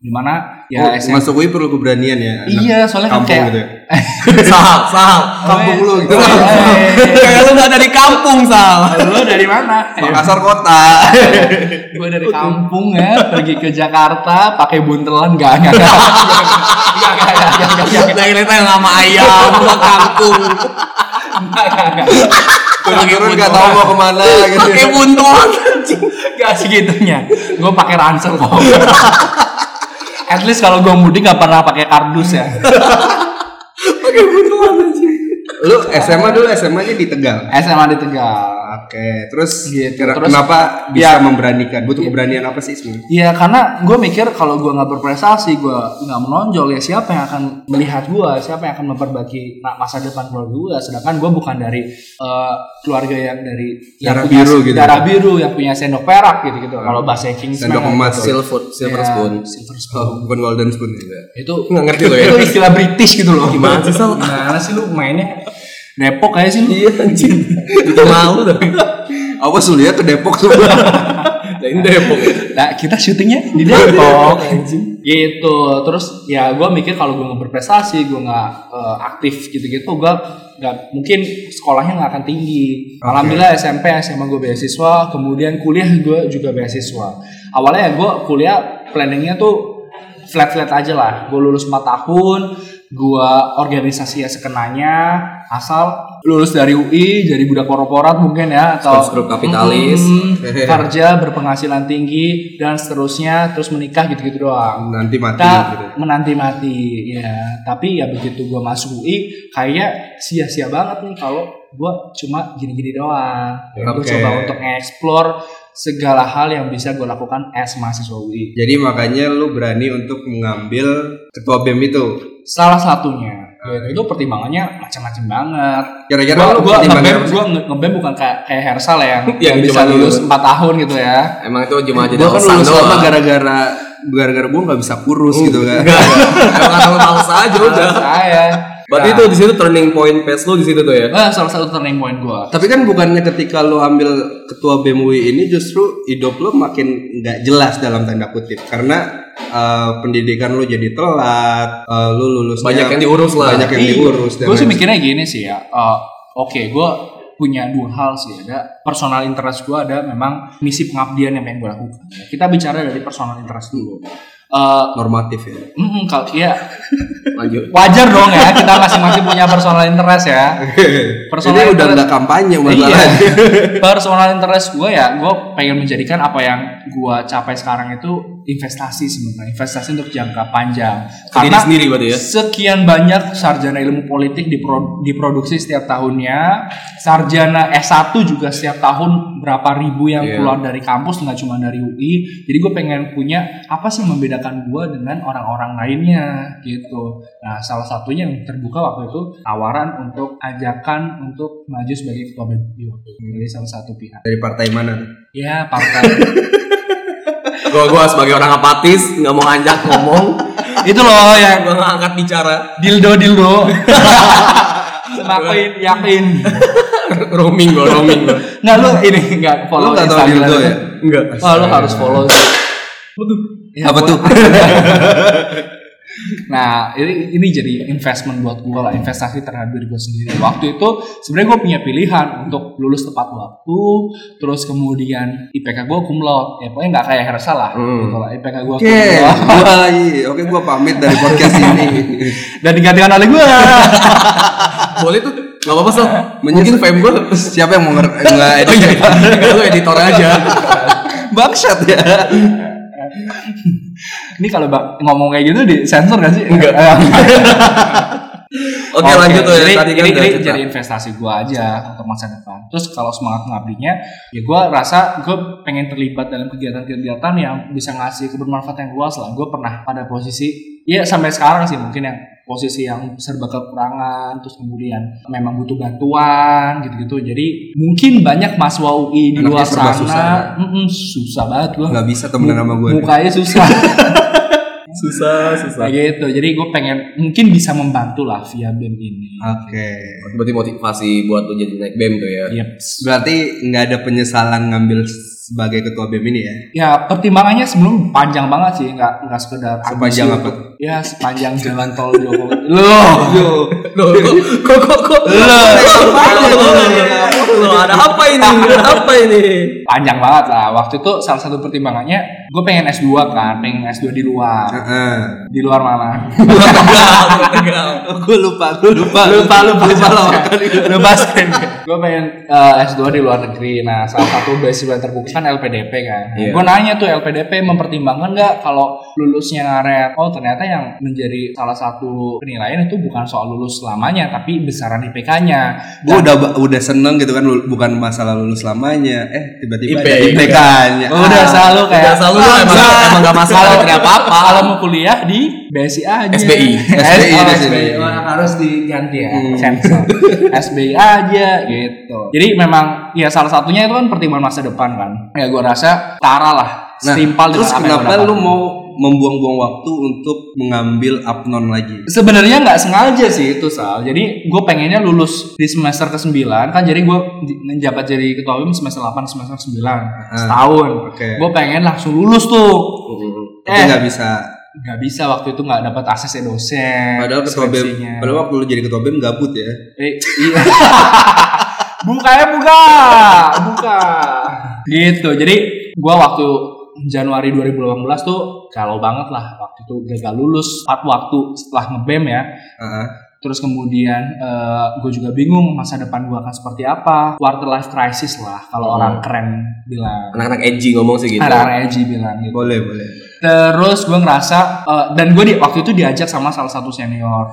dimana ya Oh, SMP Masuk UI perlu keberanian ya. anak Iya, soalnya kan kampung kayak Oh, gitu ya. Sal, Sal, kampung lu gitu. Kayak lu gak dari kampung, Sal. Lu dari mana? Makassar kota. Gue dari kampung ya, pergi ke Jakarta pakai buntelan gak enggak. enggak. Enggak, enggak, enggak, enggak, enggak, enggak. Dari kereta yang sama ayam, sama kangkung. Enggak, enggak, Turun-turun gak tau mau kemana gitu. Pakai buntut anjing. enggak segitunya. Gue pakai ransel kok. At least kalau gue mudik gak pernah pakai kardus ya. Pakai buntut anjing. Lu SMA dulu SMA-nya di Tegal. SMA di Tegal. Oke, terus, Gitu, kira- terus- kenapa bisa memberanikan? Butuh keberanian apa sih sebenarnya? Iya karena gue mikir kalau gue nggak berprestasi, gue nggak menonjol ya siapa yang akan melihat gue, siapa yang akan memperbaiki na- masa depan keluarga gue. Sedangkan gue bukan dari eh, keluarga yang dari yang Darah punya biru gitu. darah biru yang punya sendok perak gitu gitu. Kalau bahasa Kingsman Sendok emas, Silver, silver Iya, spoon. silver spoon. Oh, bukan golden spoon ya. Itu Nggak ngerti lo ya. itu istilah British gitu loh. Gimana sih, Sal? Gimana sih lu mainnya? Depok kayak sih lu. Iya anjing. Itu malu tapi. Awas lu ya ke Depok semua. Lain Depok. ya. Nah, kita syutingnya di Depok gitu terus ya gue mikir kalau gue nggak berprestasi gue nggak eh, aktif gitu-gitu gue nggak mungkin sekolahnya nggak akan tinggi alhamdulillah SMP SMA gue beasiswa kemudian kuliah gue juga beasiswa awalnya gue kuliah planningnya tuh flat-flat aja lah gue lulus 4 tahun gue organisasi ya sekenanya asal lulus dari UI jadi budak korporat mungkin ya atau Struktur kapitalis. Mm, kerja berpenghasilan tinggi dan seterusnya terus menikah gitu-gitu doang Nanti mati kita gitu. menanti mati ya tapi ya begitu gua masuk UI kayak sia-sia banget nih kalau gua cuma gini-gini doang Gua Ya, Oke. coba untuk explore segala hal yang bisa gua lakukan as mahasiswa UI Jadi makanya lu berani untuk mengambil ketua BEM itu. salah satunya dan itu pertimbangannya macam-macam banget Kira-kira gua lu gua Ah. Ya, pertimbangan ngebem apa sih? gua nge- ngebem bukan kayak kayak Hersal yang, yang Yang bisa cuma lulus lulus. 4 tahun gitu ya Emang itu cuma jadi Gua kan alasan lulus lama doang. gara-gara gara-gara gua nggak bisa kurus gitu kan. Enggak. Emang kalau males aja udah. saya Berarti itu di situ turning point pes lu di situ tuh ya. Eh, salah satu turning point gue. Tapi kan bukannya ketika lu ambil ketua BEM UI ini justru hidup lu makin nggak jelas dalam tanda kutip karena uh, pendidikan lu jadi telat, uh, lu lulus Banyak yang diurus lah. Banyak yang Iya. diurus dan Gue sih lain- mikirnya gini sih ya. eh, Oke, gue punya dua hal sih. Ada personal interest gue, ada memang misi pengabdian yang pengen gue lakukan. Kita bicara dari personal interest dulu. Eh, normatif ya. mm, kalau iya Lanjut. wajar dong ya kita masing-masing punya personal interest ya. Ini udah Personal interest- nggak kampanye Iya. masalahnya. Personal interest gue ya, gue pengen menjadikan apa yang gue capai sekarang itu investasi sebenarnya, investasi untuk jangka panjang. Ke diri sendiri berarti Iya. ya? Sekian banyak sarjana ilmu politik dipro- diproduksi setiap tahunnya, sarjana S1 juga setiap tahun berapa ribu yang Iya. keluar dari kampus nggak cuma dari UI. Jadi gue pengen punya apa sih yang membedakan gue dengan orang-orang lainnya gitu. Nah salah satunya yang terbuka waktu itu tawaran untuk ajakan untuk maju sebagai ketua BEM UI waktu itu. dari salah satu pihak. Dari partai mana? Ya partai. Gua gua sebagai orang apatis nggak mau ngajak ngomong. itu loh yang Gua nggak angkat bicara. dildo dildo. Semakin yakin. roaming gua, roaming gua. Nggak lu ini nggak Lu follow nggak tahu Instagram. dildo ya? Enggak. Oh lu harus follow. Ya, Apa tuh? Nah ini ini jadi investment buat gue lah investasi terhadap diri gue sendiri. Waktu itu sebenarnya gue punya pilihan untuk lulus tepat waktu, terus kemudian IPK gue kumlot, ya pokoknya nggak kayak Hersa lah. Hmm. Gitu lah. IPK gue Oke, gua iya. oke gua pamit dari podcast ini. dan digantikan oleh gue. Boleh tuh. Gak apa-apa sih. Mungkin fame gua. Siapa yang mau nger- nggak edit? Oh iya, enggak lu editor aja. Bangsat ya. ini kalau bak- ngomong kayak gitu di sensor gak sih? Enggak. Oke, lanjut tuh ya. Jadi, Tadi kan ini, udah ini cerita. jadi investasi gue aja untuk masa depan. Terus kalau semangat ngabdinya, ya gue rasa gue pengen terlibat dalam kegiatan-kegiatan yang bisa ngasih kebermanfaatan yang luas lah. Gue pernah pada posisi, ya sampai sekarang sih mungkin yang posisi yang serba kekurangan, terus kemudian memang butuh bantuan gitu-gitu. Jadi mungkin banyak mahasiswa UI di Anaknya luar serba sana, susah ya? Mm-mm, susah banget gue. Nggak bisa temenan sama gua. Mukanya susah. Susah, susah. Kayak gitu. Jadi gue pengen mungkin bisa membantu lah via BEM ini. Oke. Berarti motivasi buat lu jadi naik BEM tuh ya. Yep. Berarti nggak ada penyesalan ngambil sebagai ketua BEM ini ya? Ya pertimbangannya sebelum panjang banget sih, nggak nggak sekedar Sepanjang ambisi apa? untuk- ya sepanjang jalan tol Jokowi loh Loh, kok kok kok kok lo ada apa ini ada apa ini panjang banget lah waktu itu salah satu pertimbangannya gue pengen S2 kan pengen S2 di luar Heeh. di luar mana Gue lupa, gue lupa. lupa lupa lupa Lupa sekali. gue pengen eh, S2 di luar negeri nah salah satu beasiswa yang terbuka kan LPDP kan Iya. gue nanya tuh LPDP mempertimbangkan nggak kalau lulusnya ngaret oh ternyata yang menjadi salah satu penilaian itu bukan soal lulus selamanya tapi besaran IPK-nya gue udah udah seneng gitu kan lul- bukan masalah lulus lamanya eh tiba-tiba ada Nah, IPK. IPK-nya Oh, udah selalu kayak Udah selalu lu emang emang gak masalah Kalau- tidak apa-apa kalau mau kuliah di BSI aja SBI. SBI, Oh, di sini. SBI. Wah, harus diganti ya sensor SBI aja gitu jadi memang ya salah satunya itu kan pertimbangan masa depan kan ya gue rasa tara lah nah setimpal terus dengan apa yang kenapa gua lu dapat. mau membuang-buang waktu untuk mengambil apnon lagi Sebenarnya nggak sengaja sih itu Sal. Jadi gue pengennya lulus di semester ke 9 kan jadi gue menjabat jadi ketua UIM semester 8 semester 9 setahun. Ah, Oke. Gue pengen langsung lulus tuh. tapi Eh. nggak bisa nggak bisa waktu itu nggak dapat akses ya dosen padahal ketua bem skripsinya. padahal waktu lu jadi ketua bem gabut ya eh, iya buka ya buka buka gitu jadi gua waktu Januari 2018 tuh kalau banget lah waktu itu gagal lulus tepat waktu setelah ngebem ya Heeh. terus kemudian gue juga bingung masa depan gua akan seperti apa quarter life crisis lah kalau Hmm. orang keren bilang anak-anak edgy ngomong sih gitu anak-anak LG bilang gitu boleh boleh Terus gue ngerasa eh, dan gue di waktu itu diajak sama salah satu senior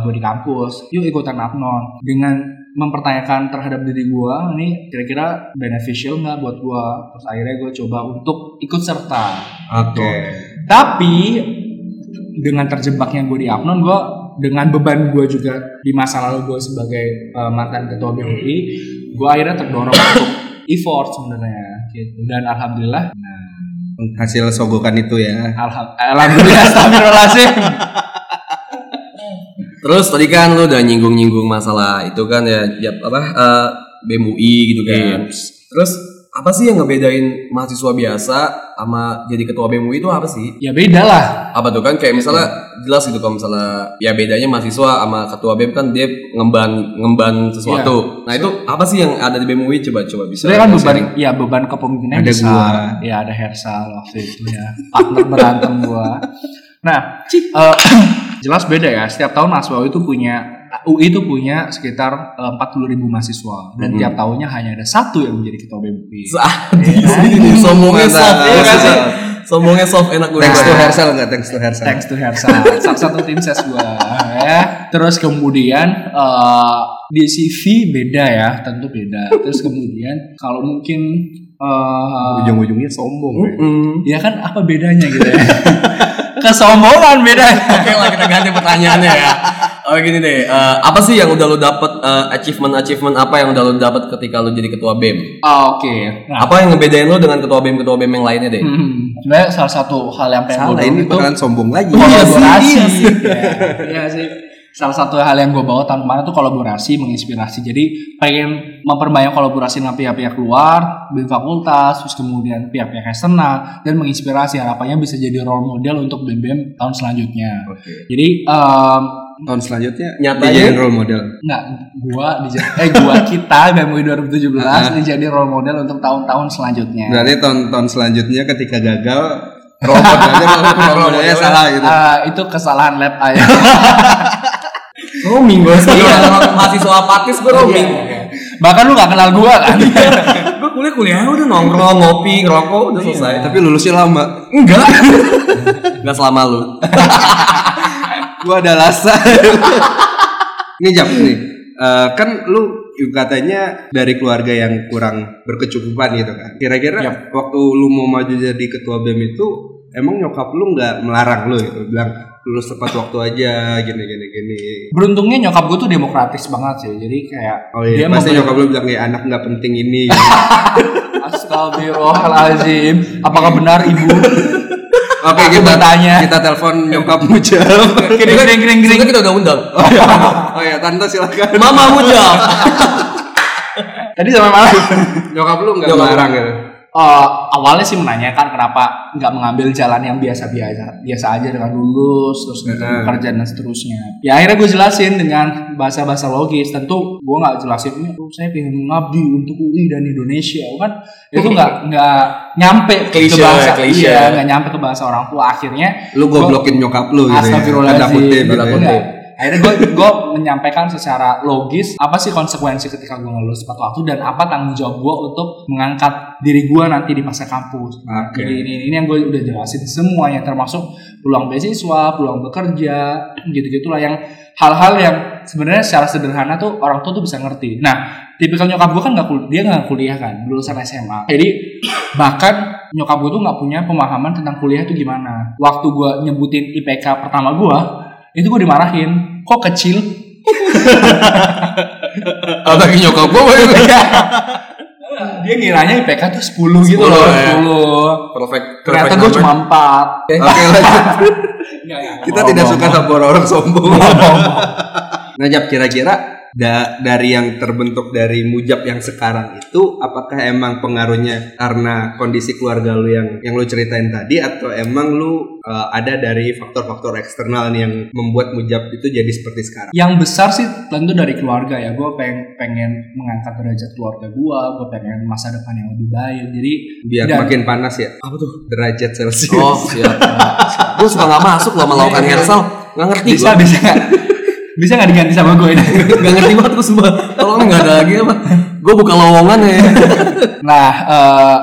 gue di kampus, yuk ikutan apnon dengan mempertanyakan terhadap diri gue, ini kira-kira beneficial nggak buat gue? Terus akhirnya gue coba untuk ikut serta. oke Tapi dengan terjebaknya gue di apnon, gue dengan beban gue juga di masa lalu gue sebagai eh, mantan ketua BUI, gue akhirnya terdorong untuk effort sebenarnya gitu. Dan alhamdulillah hasil sogokan itu ya Alham- Alhamdulillah, astagfirullahaladzim. terus tadi kan lu udah nyinggung-nyinggung masalah itu kan ya ya, apa eh, BEM UI gitu kan terus apa sih yang ngebedain mahasiswa biasa sama jadi ketua BEM UI itu apa sih? ya beda lah. Apa tuh kan kayak misalnya jelas gitu kalau misalnya ya bedanya mahasiswa sama ketua BEM kan dia ngemban ngemban sesuatu. Nah, itu apa sih yang ada di BEM UI coba coba bisa. Sebenarnya kan beban, ya beban Ada kepemimpinan besar. gua. Ya ada Hersal waktu itu ya. Partner berantem gua. Nah, eh, jelas beda ya. Setiap tahun mahasiswa itu punya UI itu punya sekitar eh, empat puluh ribu mahasiswa dan tiap tahunnya hanya ada satu yang menjadi ketua BEM UI. Sadis ini sombongnya Mantap. soft iya kan sih? Mantap. sombongnya soft enak gue Iya. thanks to Hersal nggak thanks to Hersal Thanks to Hersal, salah satu tim ses gua ya. Terus kemudian eh, di CV beda ya, tentu beda. Terus kemudian kalau mungkin eh, ujung-ujungnya sombong Hmm. ya kan apa bedanya gitu ya? Kesombongan bedanya. oke lah kita ganti pertanyaannya ya oh gini deh eh, apa sih yang udah lo dapet eh, achievement achievement apa yang udah lo dapet ketika lo jadi ketua bem Oh, Oke. Nah, apa yang ngebedain lo dengan ketua bem ketua bem yang lainnya deh hmm, sebenarnya salah satu hal yang pengen Salah gua dorong ini itu Oh, bakalan sombong lagi kolaborasi. iya sih. Ya, iya sih. Salah satu hal yang gue bawa tahun kemarin tuh kolaborasi, menginspirasi. Jadi pengen memperbanyak kolaborasi dengan pihak-pihak luar, BEM fakultas, terus kemudian pihak-pihak eksternal, dan menginspirasi harapannya bisa jadi role model untuk BEM-BEM tahun selanjutnya. Oke. Jadi em, tahun selanjutnya Nyatanya- dijadiin role model Nggak, gua dija- eh gua kita BMUI 2017 dijadi role model untuk tahun-tahun selanjutnya. Berarti tahun-tahun selanjutnya ketika gagal robot aja robotnya salah gitu. Ah, itu kesalahan lab aja. roaming Iya, gue sih Iya, mahasiswa apatis gue roaming Bahkan lu gak kenal gua kan? gue kuliah kuliah udah nongkrong ngopi ngerokok udah selesai Tapi lulusnya lama. Iya. enggak enggak selama lu Gua ada alasan. nih jam nih. Eh, kan lu katanya dari keluarga yang kurang berkecukupan gitu kan. Kira-kira Iya. waktu lu mau maju jadi ketua BEM itu emang nyokap lu nggak melarang lu gitu bilang lulus tepat waktu aja gini gini gini. Beruntungnya nyokap gua tuh demokratis banget sih. Jadi kayak Oh iya, pasti memberi- nyokap lu bilang ya anak nggak penting ini. gitu. Astagfirullahalazim. Apakah benar ibu? Oke, Aku kita bertanya. Kita telepon nyokap Mujab. Kering kering kering kering. Sebenarnya kita udah undang Oh iya, oh iya tante silakan. mama muda Tadi sama mana? Nyokap lu nggak Nyokap. melarang gitu. eh, awalnya sih menanyakan kenapa nggak mengambil jalan yang biasa-biasa biasa aja dengan lulus terus Heeh. kerja kerjaan dan seterusnya. Ya akhirnya gue jelasin dengan bahasa-bahasa logis. Tentu gue nggak jelasin ini tuh saya pengen mengabdi untuk UI dan Indonesia, kan? Itu nggak nggak nyampe Klise, ke bahasa klise. iya, nggak nyampe ke bahasa orang tua. Akhirnya lu goblokin nyokap lu gitu ya. Tanda Astagfirullahaladzim. kutip gitu Tanda ya. kutip. Akhirnya gue gue menyampaikan secara logis apa sih konsekuensi ketika gue nggak lulus tepat waktu dan apa tanggung jawab gue untuk mengangkat diri gue nanti di masa kampus. Nah, Oke. Jadi ini, ini yang gue udah jelasin semuanya termasuk peluang beasiswa, peluang bekerja, gitu-gitulah yang hal-hal yang sebenarnya secara sederhana tuh orang tua tuh bisa ngerti. Nah, tipikal nyokap gue kan nggak kul- dia nggak kuliah kan, lulusan SMA. Jadi bahkan nyokap gue tuh nggak punya pemahaman tentang kuliah itu gimana. Waktu gue nyebutin IPK pertama gue, itu gue dimarahin. Kok kecil? Otak nyokap gua apa itu? Dia ngiranya IPK tuh 10 gitu 10 loh. ya. 10. Perfect. ya. Ternyata gue cuma 4. Oke lanjut. Nggak, nggak, Kita bohong, tidak bohong, suka sama orang sombong. Nah, Jap, kira-kira da- dari yang terbentuk dari mujab yang sekarang itu apakah emang pengaruhnya karena kondisi keluarga lu yang yang lu ceritain tadi atau emang lu eh, ada dari faktor-faktor eksternal nih yang membuat mujab itu jadi seperti sekarang? Yang besar sih tentu dari keluarga ya. Gue pengen, pengen mengangkat derajat keluarga gue. Gue pengen masa depan yang lebih baik. Jadi Biar Dan- makin panas ya. Apa tuh? Derajat Celcius. Oh, siap. Iya, gue suka nggak masuk loh melakukan hersal. Nggak ngerti bisa gua. bisa nggak? bisa nggak diganti sama gue ini? Nggak ngerti banget gue semua. Tolong nggak ada lagi apa? Gue buka lowongan ya. Nah, eh,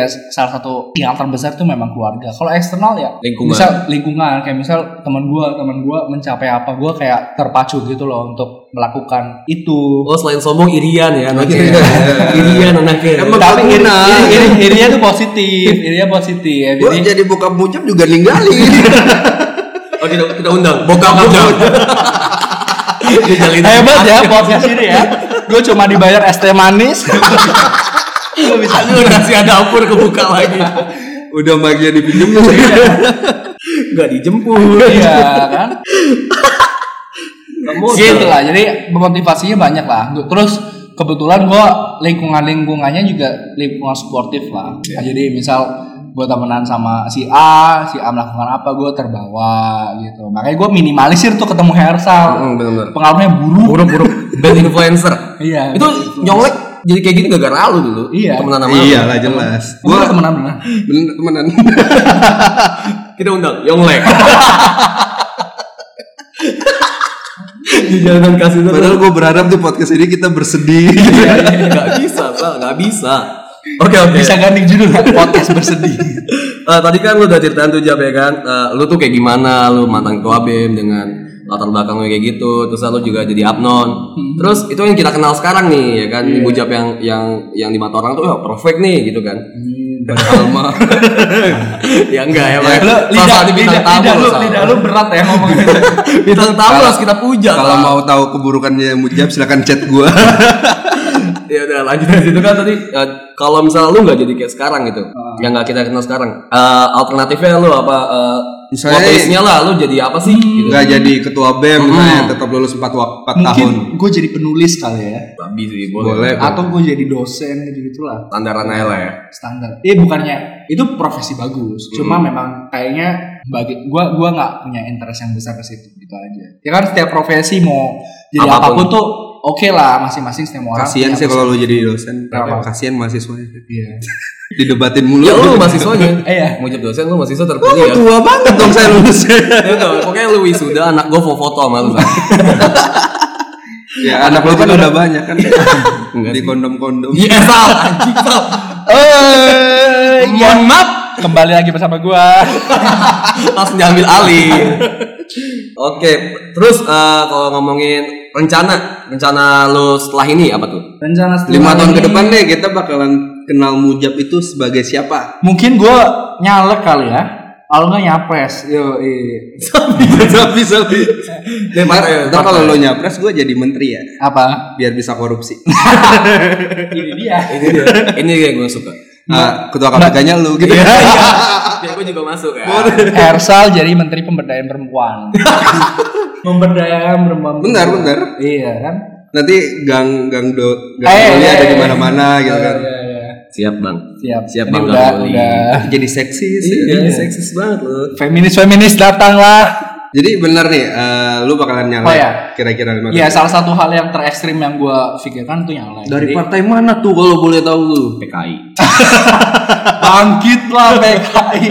ya salah satu yang terbesar tuh memang keluarga. Kalau eksternal ya Lingkungan. Misal lingkungan kayak misal teman gua, teman gua mencapai apa gua kayak terpacu gitu loh untuk melakukan itu. Oh, selain sombong Irian ya anaknya. Iya. Irian anaknya. Emang Tapi iri, berguna. iri, iri, irinya tuh positif, irinya positif. Ya. Gua Jadi jadi buka mujab juga ninggalin. Oh, kita, kita undang. Bokap undang. Dijalin. hebat ya podcast ini ya. Gue cuma dibayar es teh manis. Gak bisa. Aduh, rahasia dapur kebuka lagi. Udah magia dipinjem lu. Gak dijemput. Iya kan. gitu lah jadi motivasinya banyak lah terus kebetulan gua lingkungan lingkungannya juga lingkungan sportif lah Nah, jadi misal gua temenan sama si A si A melakukan apa gua terbawa gitu makanya gua minimalisir tuh ketemu Hersal benar pengaruhnya buruk Buruk-buruk. Bad influencer. iya Itu nyolek jadi kayak gini gara-gara lu dulu. Iya. Temenan sama lu. Iya lah jelas. gua Iya. Gua temenan bener. bener temenan. Kita undang Yonglek. Di jalanan kasih Padahal gue berharap di podcast ini kita bersedih. gitu. Gak bisa, Sal. Gak bisa. Oke, oke. Iya, bisa ganti judul kan? podcast bersedih Eh, tadi kan lu udah ceritain tuh Jab ya kan Eh, Lu tuh kayak gimana Lu mantan ketua BEM dengan latar belakang lu kayak gitu Terus lu juga jadi abnon Hmm. Terus itu yang kita kenal sekarang nih ya kan Iya. Ibu Jab yang, yang yang di mata orang tuh "Wah, perfect nih gitu kan Hmm. Padahal mah Ya enggak ya Pak. Iya, lu Salah lidah satu bintang lidah, tamu lidah lu Sal. lidah lu berat ya ngomongnya Bintang tamu harus kita puja Kalau Sal. mau tahu keburukannya Mujab silakan chat gue. ya udah lanjut dari situ kan tadi eh, kalau misalnya lu nggak jadi kayak sekarang gitu yang nggak kita kenal sekarang eh, alternatifnya lu apa eh, Misalnya- plot twist-nya lah lu jadi apa sih gitu Gak jadi ketua BEM misalnya tetap lulus 4, tahun. mungkin gue jadi penulis kali ya babi sih boleh, Boleh. atau gue jadi dosen gitu gitulah standaran aja lah ya standar. Eh bukannya itu profesi bagus, cuma memang kayaknya bagi gua gua nggak punya interest yang besar ke situ gitu aja. Ya kan setiap profesi mau jadi apapun, Apapun. tuh oke lah masing-masing setiap orang. Kasian punya sih pers- kalau lu jadi dosen. Kenapa? Kasian mahasiswanya. Iya. Didebatin mulu. ya lu mahasiswanya Iya. mau jadi dosen lu mahasiswa Lu terpilih ya tua banget dong saya lulus. Ya udah, pokoknya lu wisuda anak gua mau foto sama lu Sal. ya anak lu kan udah banyak kan. di kondom-kondom. iya sal anjing sal Eh, mohon maaf. Kembali lagi bersama gua. langsung diambil alih oke terus eh, kalau ngomongin rencana rencana lu setelah ini apa tuh Rencana setelah Lima tahun ini, ke depan deh kita bakalan kenal Mujab itu sebagai siapa? Mungkin gua nyalek kali ya. Kalau nggak nyapres, yo, Sapi sapi. Ntar Ntar kalau lu nyapres gue jadi menteri ya. apa? Biar bisa korupsi. Ini dia. ini dia ini dia yang gue suka Nah, ketua KPK-nya lu gitu. Iya, biar gue juga masuk ya Hersal jadi Menteri Pemberdayaan Perempuan. Pemberdayaan perempuan. Benar, benar. Iya kan? Nanti gang gang do gang Eh, Doli eh, ada eh. di mana-mana gitu kan. Iya, iya. Siap bang. Siap. Siap Ini bang. udah, Kalau ini- udah. Jadi seksis, ya. Iya. jadi seksis banget lu. Feminis feminis datanglah. Jadi bener nih, eh, lu bakalan nyala Oh, iya. kira-kira lima Ya salah satu hal yang terekstrim yang gue pikirkan tuh nyala. Dari Jadi, partai mana tuh kalau boleh tahu lu? PKI. bangkitlah PKI.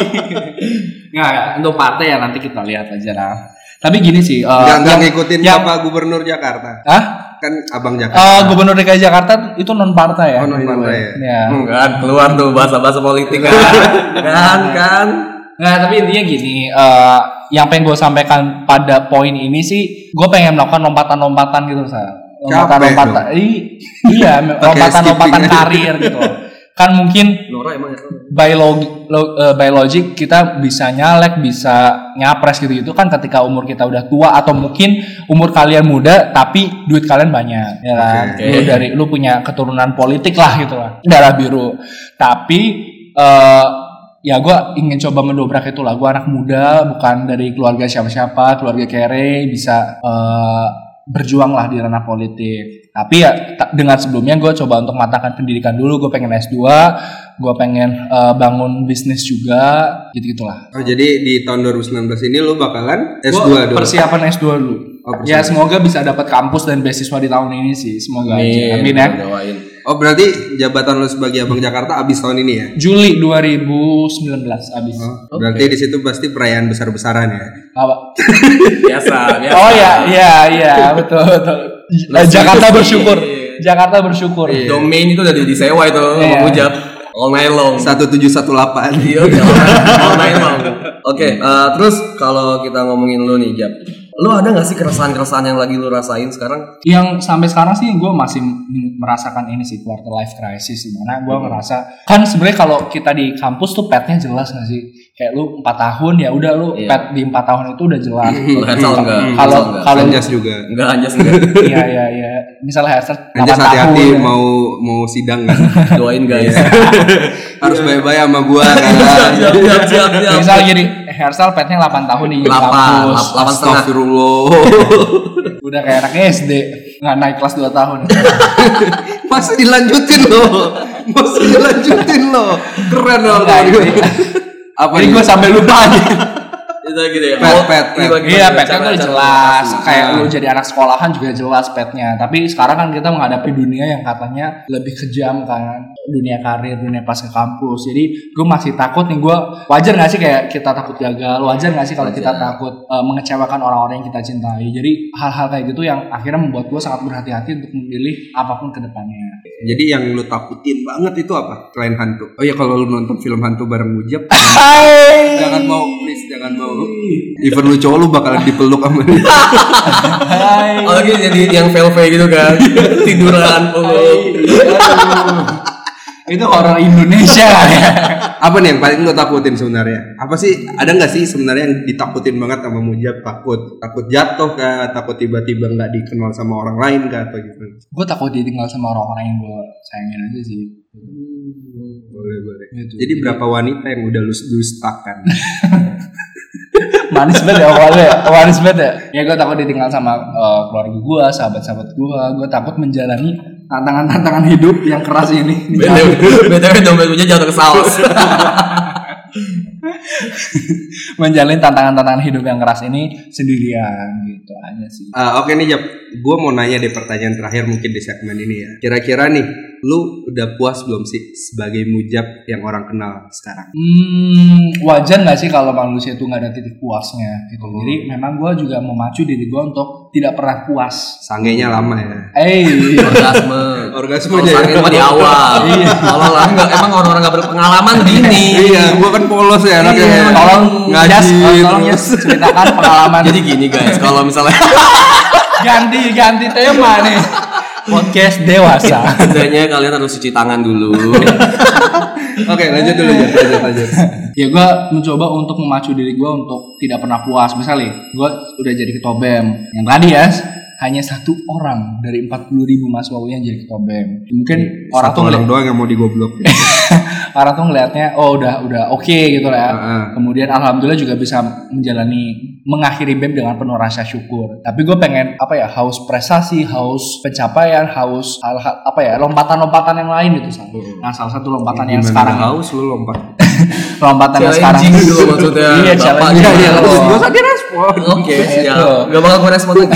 Nggak, nggak, untuk partai ya nanti kita lihat aja lah. Tapi gini sih, eh, Nggak nggak yang- ngikutin yang- Bapak Gubernur Jakarta. Hah? Kan Abang Jakarta. Eh, Gubernur DKI Jakarta itu non partai Oh, ya? non-partai ya? Ya. Enggak, keluar tuh bahasa-bahasa politik kan. kan kan. Nah, tapi intinya gini, eh, yang pengen gue sampaikan pada poin ini sih, gue pengen melakukan lompatan-lompatan gitu, Sa. Lompatan-lompatan, I- iya, lompatan-lompatan skipping aja. karir gitu. Kan mungkin Nora emang ya? by, log- lo- eh, by logic kita bisa nyalek, bisa nyapres gitu gitu kan ketika umur kita udah tua atau mungkin umur kalian muda tapi duit kalian banyak, ya kan? Oke. Lu dari lu punya keturunan politik lah gitu lah, darah biru. Tapi eh, ya gue ingin coba mendobrak itu lah. Gue anak muda, bukan dari keluarga siapa-siapa, keluarga kere bisa eh, berjuang lah di ranah politik. Tapi ya ta- dengan sebelumnya gue coba untuk matangkan pendidikan dulu. Gue pengen S2, gue pengen eh, bangun bisnis juga, gitu gitulah. Oh, jadi di tahun 2019 ini lu bakalan S2 Gua dulu. Persiapan S2 dulu. Oh, persiapan. ya semoga bisa dapat kampus dan beasiswa di tahun ini sih. Semoga aja. Amin ya. Iya, Doain. Oh, berarti jabatan lu sebagai Abang Jakarta abis tahun ini ya? Juli 2019 abis. Oh, Berarti di situ pasti perayaan besar-besaran ya. Apa? Biasa, biasa. Oh iya. ya, ya, ya, betul, betul. J- Nah, Jakarta serius sih. bersyukur. Jakarta bersyukur. Domain itu udah di- disewa itu sama Iya. Mujab. All night long. 1718. Iya, all night- all night long. Oke, eh, terus kalau kita ngomongin lu nih, Jab. Lu ada gak sih keresahan-keresahan yang lagi lu rasain sekarang? Yang sampai sekarang sih gue masih m- merasakan ini sih quarter life crisis di mana gue ngerasa kan sebenarnya kalau kita di kampus tuh petnya jelas nggak sih kayak lu empat tahun ya udah lu Iya. pet di empat tahun itu udah jelas Kalau Hersal enggak? Hmm. kalau Hersal enggak? kalau Anjas juga. Enggak, anjas enggak. iya iya iya misalnya hazard Anjas delapan hati-hati tahun mau mau sidang kan. Doain Iya, guys. Harus baik-baik sama gua kan. siap, siap, siap, siap. misal jadi hairstyle petnya 8 tahun di Lapan, kampus lap- lapan setengah. Astagfirullah. udah kayak anak SD nggak naik kelas 2 tahun Masih dilanjutin loh. Masih dilanjutin loh. Keren loh. Enggak, Gua. ini- Apa jadi nih? gue sampai lupa aja Itu gitu ya. Pet, Oh, pet, ini pet. kan bagi- iya bagi petnya acara- tuh acara jelas lokasi. kayak lu jadi anak sekolahan juga jelas petnya tapi sekarang kan kita menghadapi dunia yang katanya lebih kejam kan dunia karir dunia pas ke kampus jadi gue masih takut nih gue wajar gak sih kayak kita takut gagal wajar gak sih kalau kita takut eh, mengecewakan orang-orang yang kita cintai jadi hal-hal kayak gitu yang akhirnya membuat gue sangat berhati-hati untuk memilih apapun kedepannya Jadi yang lu takutin banget itu apa? Selain hantu. Oh ya kalau lu nonton film hantu bareng Mujab, Hai. jangan mau please jangan mau. Even lu cowok lu bakalan dipeluk sama dia. Hai. Oh, lagi jadi yang velve gitu kan. Tiduran, peluk. Iya. Itu horor Indonesia ya. apa nih yang paling lo takutin sebenarnya? Apa sih ada nggak sih sebenarnya yang ditakutin banget sama Mujab takut takut jatuh kah takut tiba-tiba nggak dikenal sama orang lain kah atau gitu? gue takut ditinggal sama orang-orang yang gue sayangin aja sih. Boleh boleh. Iya, Gitu. Jadi berapa wanita yang udah lu kan? dustakan? Manis banget ya awalnya, manis banget ya. Ya gue takut ditinggal sama eh, keluarga gue, sahabat-sahabat gue. Gue takut menjalani tantangan-tantangan hidup yang keras ini. BTW, BTW dompet punya jatuh ke saus. menjalani tantangan-tantangan hidup yang keras ini sendirian gitu aja sih. Ah, Oke nih Jab, gue mau nanya deh pertanyaan terakhir mungkin di segmen ini ya. Kira-kira nih, lu udah puas belum sih sebagai Mujab yang orang kenal sekarang? Hmm, wajar nggak sih kalau manusia itu nggak ada titik puasnya gitu. Jadi memang gue juga memacu diri gue untuk tidak pernah puas. Sangenya lama ya. Eh, Orgasme. Iya. Orgasme Kalau aja ya. sakit mah di awal. Kalau lah enggak emang orang-orang enggak berpengalaman gini. Iya, gue kan polos ya anaknya. Iya, tolong ngaji. Yas, oh, tolong Yas terus. ceritakan pengalaman. Jadi gini guys, kalau misalnya ganti ganti tema nih. Podcast dewasa. Setidaknya kalian harus cuci tangan dulu. Oke, lanjut dulu Jab, lanjut lanjut. ya gue mencoba untuk memacu diri gue untuk tidak pernah puas. Misalnya gue udah jadi ketua BEM yang tadi ya. hanya satu orang dari 40.000 ribu mahasiswa UI yang jadi ketua BEM. Mungkin Iya. orang Iya, Satu tuh ngeliat, orang doang yang mau digoblok ya. orang tuh ngelihatnya oh udah udah oke gitu lah ya. Heeh. Kemudian alhamdulillah juga bisa menjalani mengakhiri BEM dengan penuh rasa syukur. Tapi gue pengen apa ya haus prestasi, haus pencapaian, haus hal- hal- apa ya lompatan-lompatan yang lain gitu. Sal. Nah salah satu lompatan yang Gimana sekarang haus lu lompat. lompatan yang sekarang Challenging dulu maksudnya. iya Bapak challenge gimana? iya, Terus loh. gua kan direspon. Oke, Iya. siap. Itu. Gak bakal gue respon lagi.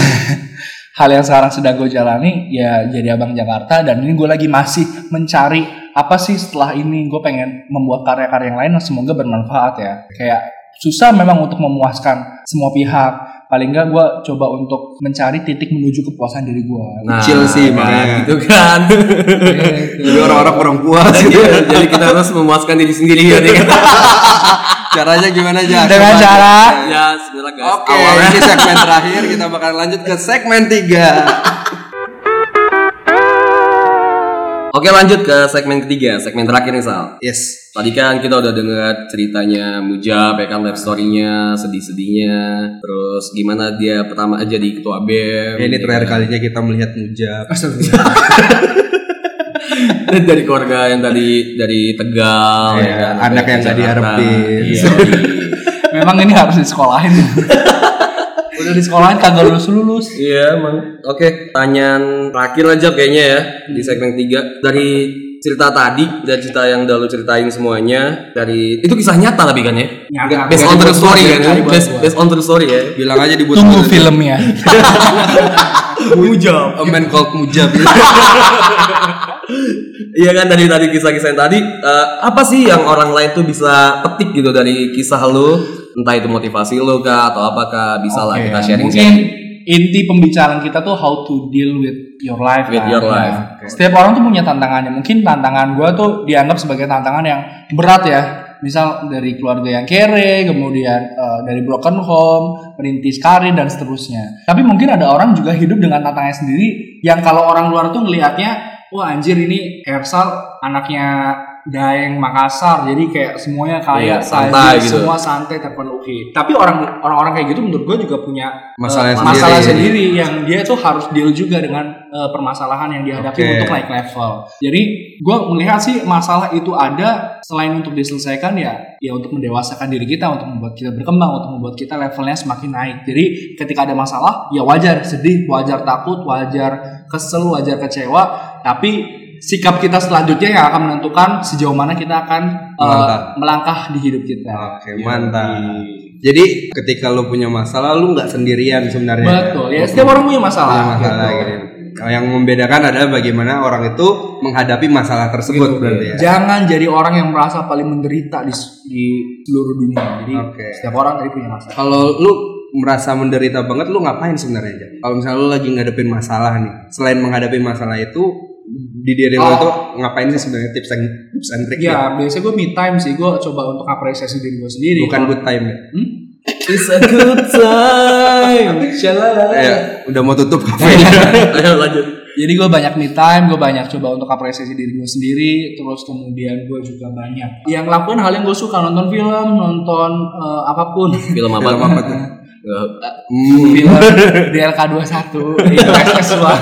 hal yang sekarang sedang gue jalani ya jadi abang Jakarta dan ini gue lagi masih mencari apa sih setelah ini gue pengen membuat karya-karya yang lain yang semoga bermanfaat ya kayak susah memang untuk memuaskan semua pihak paling nggak gue coba untuk mencari titik menuju kepuasan diri gue Kecil sih, kan, makanya. Gitu kan. Jadi orang-orang kurang puas gitu. Iya, Jadi kita harus memuaskan diri sendiri ya nih. Iya. Caranya gimana aja? dengan cara Ya, sebenarnya guys. Oke, awalnya- ini segmen terakhir kita bakal lanjut ke segmen 3. Oke, lanjut ke segmen ketiga, segmen terakhir nih Sal. Yes. Tadi kan kita udah dengar ceritanya Mujab, ya kan life story-nya, sedih-sedihnya, terus gimana dia pertama aja di ketua E BEM. Ya, ini terakhir kalinya kita melihat Mujab. dari keluarga yang tadi dari Tegal, ya kan, Iya, anak yang dari nggak Jakarta. diharapin. Iya. memang ini harus disekolahin udah disekolahin kagak lulus lulus Iya, emang. Oke, pertanyaan terakhir aja kayaknya ya di segmen 3 dari cerita tadi dari cerita yang udah lu ceritain semuanya dari itu kisah nyata tapi kan ya Nyata. based Nggak on true dibuat-buat story ya, kan nggak ya? based, dibuat-buat. based on true story ya Bilang aja dibuat tunggu filmnya Mujab A man "Oh, called Mujab. Iya kan dari tadi kisah-kisah yang tadi eh, apa sih yang orang lain tuh bisa petik gitu dari kisah lu entah itu motivasi lu kah atau apakah bisa lah Oke, kita sharing Iya, Mungkin inti pembicaraan kita tuh how to deal with your life. With kan? your Nah, life. Setiap orang tuh punya tantangannya. Mungkin tantangan gua tuh dianggap sebagai tantangan yang berat ya. Misal dari keluarga yang kere, kemudian eh, dari broken home, merintis karir dan seterusnya. Tapi mungkin ada orang juga hidup dengan tantangannya sendiri yang kalau orang luar tuh ngelihatnya, wah anjir ini Hersal anaknya Daeng Makassar. Jadi kayak semuanya Iya, kaya, santai tajir, gitu. semua santai terpenuhi. Tapi orang orang-orang kayak gitu menurut gue juga punya Masalah eh, sendiri. masalah sendiri yang dia tuh harus deal juga dengan eh, permasalahan yang dihadapi Oke. untuk naik level. Jadi gue melihat sih masalah itu ada selain untuk diselesaikan ya ya untuk mendewasakan diri kita, untuk membuat kita berkembang, untuk membuat kita levelnya semakin naik. Jadi ketika ada masalah ya wajar sedih, wajar takut, wajar kesel, wajar kecewa, tapi sikap kita selanjutnya yang akan menentukan sejauh mana kita akan eh, Melangkah. Ah, melangkah di hidup kita. Oke, mantap. Jadi ketika lu punya masalah lu nggak sendirian sebenarnya. Betul. Ya setiap orang punya Iya. Punya masalah. masalah gitu. gitu. Kalau Yang membedakan adalah bagaimana orang itu menghadapi masalah tersebut Gitu, berarti ya. Jangan jadi orang yang merasa paling menderita di, di seluruh dunia. Jadi Oke. setiap orang tadi punya masalah. Kalau lu merasa menderita banget lu ngapain sebenarnya? Jam? Kalau misalnya lu lagi ngadepin masalah nih, selain menghadapi masalah itu di diri lu Oh. itu ngapain sih sebenarnya tips and tips and trick ya? Ya, biasanya gue me time sih. Gue coba untuk apresiasi diri gue sendiri. Bukan good time ya. Hmm? It's a good time. Shalala. Eh, udah mau tutup kafenya. Ayo lanjut. Jadi gue banyak me time, gue banyak coba untuk apresiasi diri gue sendiri, terus kemudian gue juga banyak yang lakukan hal yang gue suka nonton film, nonton eh, apapun, Film apa? Film apa tuh? Eh, Hmm. film DLK 21, itu sesuai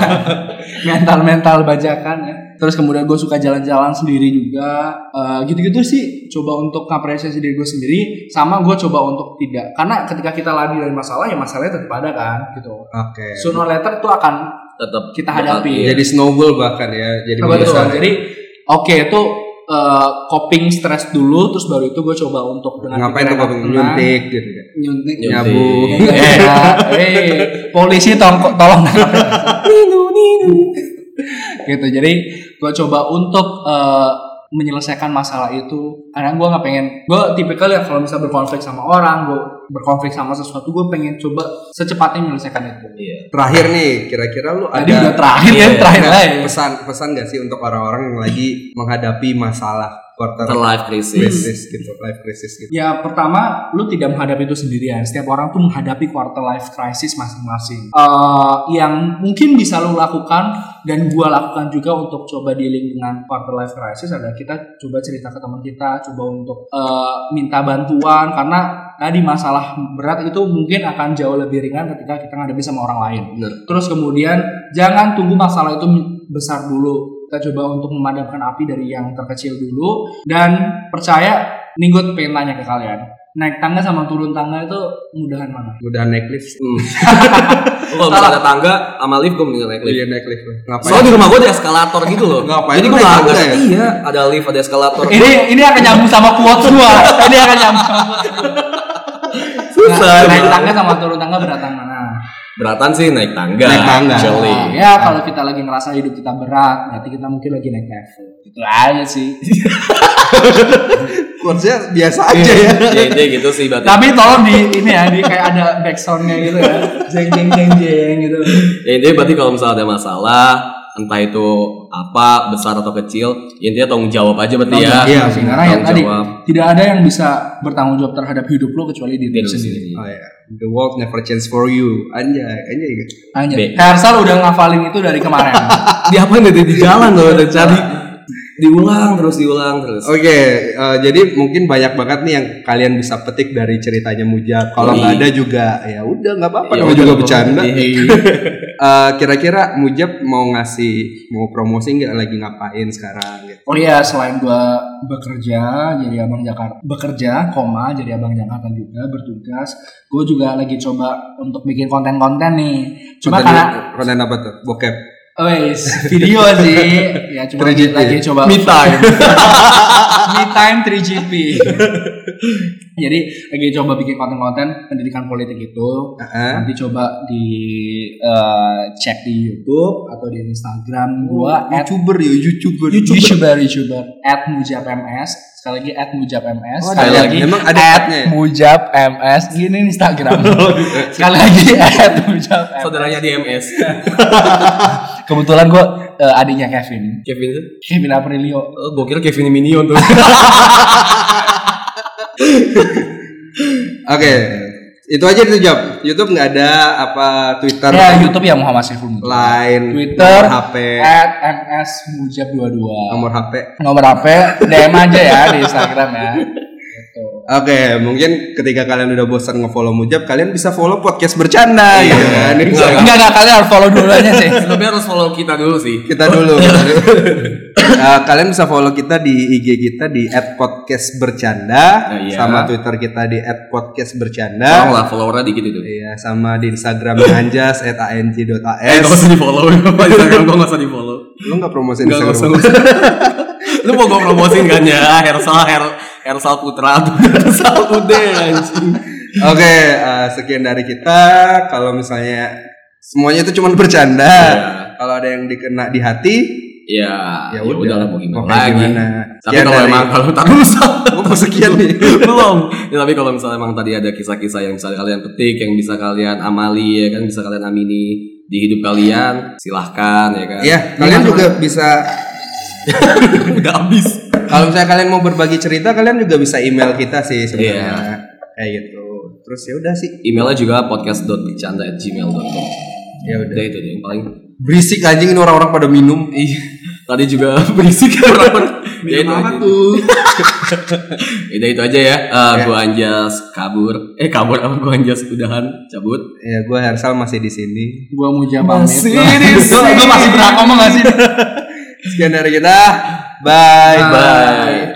mental mental bajakan ya. Terus kemudian gue suka jalan-jalan sendiri juga, Eh, gitu-gitu sih. Coba untuk apresiasi diri gue sendiri, sama gue coba untuk tidak, karena ketika kita lari dari masalah ya masalahnya tetap ada kan, gitu. Oke. Sooner or later itu akan tetap kita hadapi. Jadi snowball bahkan ya. Jadi Betul. membesar. Jadi oke itu eh, coping stress dulu terus baru itu gue coba untuk dengan ngapain tuh pikiran ngapain yang tenang, nyuntik gitu ya. nyuntik Nyuntik. nyabu Iya, Eh, eh, polisi tolong tolong gitu jadi gue coba untuk eh, menyelesaikan masalah itu karena gue nggak pengen gue tipikal ya kalau misalnya berkonflik sama orang gue berkonflik sama sesuatu gue pengen coba secepatnya menyelesaikan itu Iya. terakhir nih kira-kira lu tadi ada udah terakhir Iya. ya terakhir lah ya. Nah, pesan pesan gak sih untuk orang-orang yang lagi menghadapi masalah quarter Quarter life crisis. crisis gitu life crisis gitu Ya pertama, lu tidak menghadapi itu sendirian. Setiap orang tuh menghadapi quarter life crisis masing-masing. Eh, yang mungkin bisa lu lakukan dan gua lakukan juga untuk coba dealing dengan quarter life crisis adalah kita coba cerita ke teman kita, coba untuk eh, minta bantuan karena tadi masalah berat itu mungkin akan jauh lebih ringan ketika kita ngadepin sama orang lain. Bener. Terus kemudian jangan tunggu masalah itu besar dulu. Kita coba untuk memadamkan api dari yang terkecil dulu dan percaya Ninggut pengen tanya ke kalian. Naik tangga sama turun tangga itu mudahan mana? Udah naik lift. Hmm. Kalau misalnya ada tangga sama lift gue mendingan naik lift. Iya naik lift. Ngapain? Soalnya di rumah gue ada eskalator gitu loh. Ngapain Jadi gue naik nggak tangga ngerti ya? Eh, ya ada lift ada eskalator. Ini ini akan nyambung sama quotes gua. Ini akan nyambung. sama quotes gua. Susah. Nah, naik emang. tangga sama turun tangga beratan mana? Beratan sih naik tangga. Naik tangga. Oh, iya. actually. Nah, ya kalau kita lagi ngerasa hidup kita berat, berarti kita mungkin lagi naik level. Gitu aja sih. Quotesnya biasa aja ya. Ya intinya gitu sih berarti. Tapi tolong di ini ya, di kayak ada backsoundnya gitu ya, jeng jeng jeng jeng gitu. Ya intinya berarti kalau misalnya ada masalah entah itu apa besar atau kecil ya intinya tanggung jawab aja berarti ya. Iya, Nah, Karena yang Tanggung tadi jawab. tidak ada yang bisa bertanggung jawab terhadap hidup lo kecuali diri Gitu lo sendiri. Oh ya. The world never change for you. Anjay, anjay. Be. Anjir, Hersal udah ngafalin itu dari kemarin. Diapain deh di jalan loh dari tadi diulang terus diulang terus. Oke, eh, jadi mungkin banyak banget nih yang kalian bisa petik dari ceritanya Mujab. Iya. Kalau nggak ada juga ya udah nggak apa-apa. Ya Namanya udah, juga nggak bercanda. apa-apa. Iya. Eh, Kira-kira Mujab mau ngasih mau promosi nggak lagi ngapain sekarang? Gitu? Oh iya, selain gua bekerja jadi abang Jakarta, bekerja, koma jadi abang Jakarta juga bertugas. Gue juga lagi coba untuk bikin konten-konten nih. Cuma Konten- karena konten apa tuh? Bokep. Wes, Oh, iya, video sih. Ya cuma 3GP. lagi coba Me time. Me time 3GP. Jadi lagi coba bikin konten-konten pendidikan politik itu. Heeh. Nanti coba di eh, cek di YouTube atau di Instagram gua at YouTuber ya, YouTuber. YouTuber, YouTuber, at Mujab MS, sekali lagi at Mujab MS, Oh, sekali ada lagi emang ada at ad-nya ya? Oh, gitu. Mujab MS, gini nih Instagram, sekali lagi at Mujab iya. MS. Saudaranya di MS. Kebetulan gue eh, adiknya Kevin, Kevin tuh. Kevin Aprilio. Oh, gue kira Kevin Minion tuh. Oke, itu aja itu Jab. YouTube nggak ada apa Twitter, Ya YouTube ya Muhammad Saiful Mujab. Line, Twitter, nomor HP, at MS Mujab 22. nomor HP. Nomor HP DM aja ya di Instagram ya. Gitu. Oke, mungkin ketika kalian udah bosan ngefollow Mujab, kalian bisa follow podcast bercanda ya kan? Enggak, Gitu. Enggak enggak kalian harus follow dulu aja sih. Tapi harus follow kita dulu sih. Kita dulu. kita dulu. Eh, kalian bisa follow kita di IG kita di @podcastbercanda Oh, iya. Oh. sama Twitter kita di @podcastbercanda. Tolong lah followernya dikit itu. Iya, sama di Instagram Anjas Eh, gak usah @ang.as. di follow. Instagram gue gak usah di follow. Lu nggak promosi Gak Instagram? usah. gak usah. Lu mau gue promosin kan ya? Hersal, Her, Hersal Putra tuh. Hersal Ude anjing. Oke, eh, sekian dari kita. Kalau misalnya semuanya itu cuma bercanda. Kalau ada yang dikena di hati, Ya, Ya ya udah. udah lah mau gimana Oke, lagi. gimana? Tapi Sekian kalau dari- emang kalau tadi gue mau sekian nih. belum. Ya, tapi kalau misalnya emang tadi ada kisah-kisah yang bisa kalian petik, yang bisa kalian amali ya kan, bisa kalian amini di hidup kalian, silahkan ya kan. Iya, kalian juga bisa. udah habis. Kalau misalnya kalian mau berbagi cerita, kalian juga bisa email kita sih sebenarnya. Iya. Kayak gitu. Terus ya udah sih. Emailnya juga podcast.bercanda@gmail.com. Ya udah. Udah itu deh yang paling. Berisik anjing ini orang-orang pada minum. Iya, Tadi juga berisik orang. ya itu aja. Apa tuh? Udah itu aja ya. Eh, Gua Anjas kabur. Eh kabur apa gua Anjas udahan cabut. Ya gue Hersal masih di sini. Gua Mujab pamit. Gua- Gua gua masih berhak ngomong gak sih? Sekian dari kita. Bye. Bye.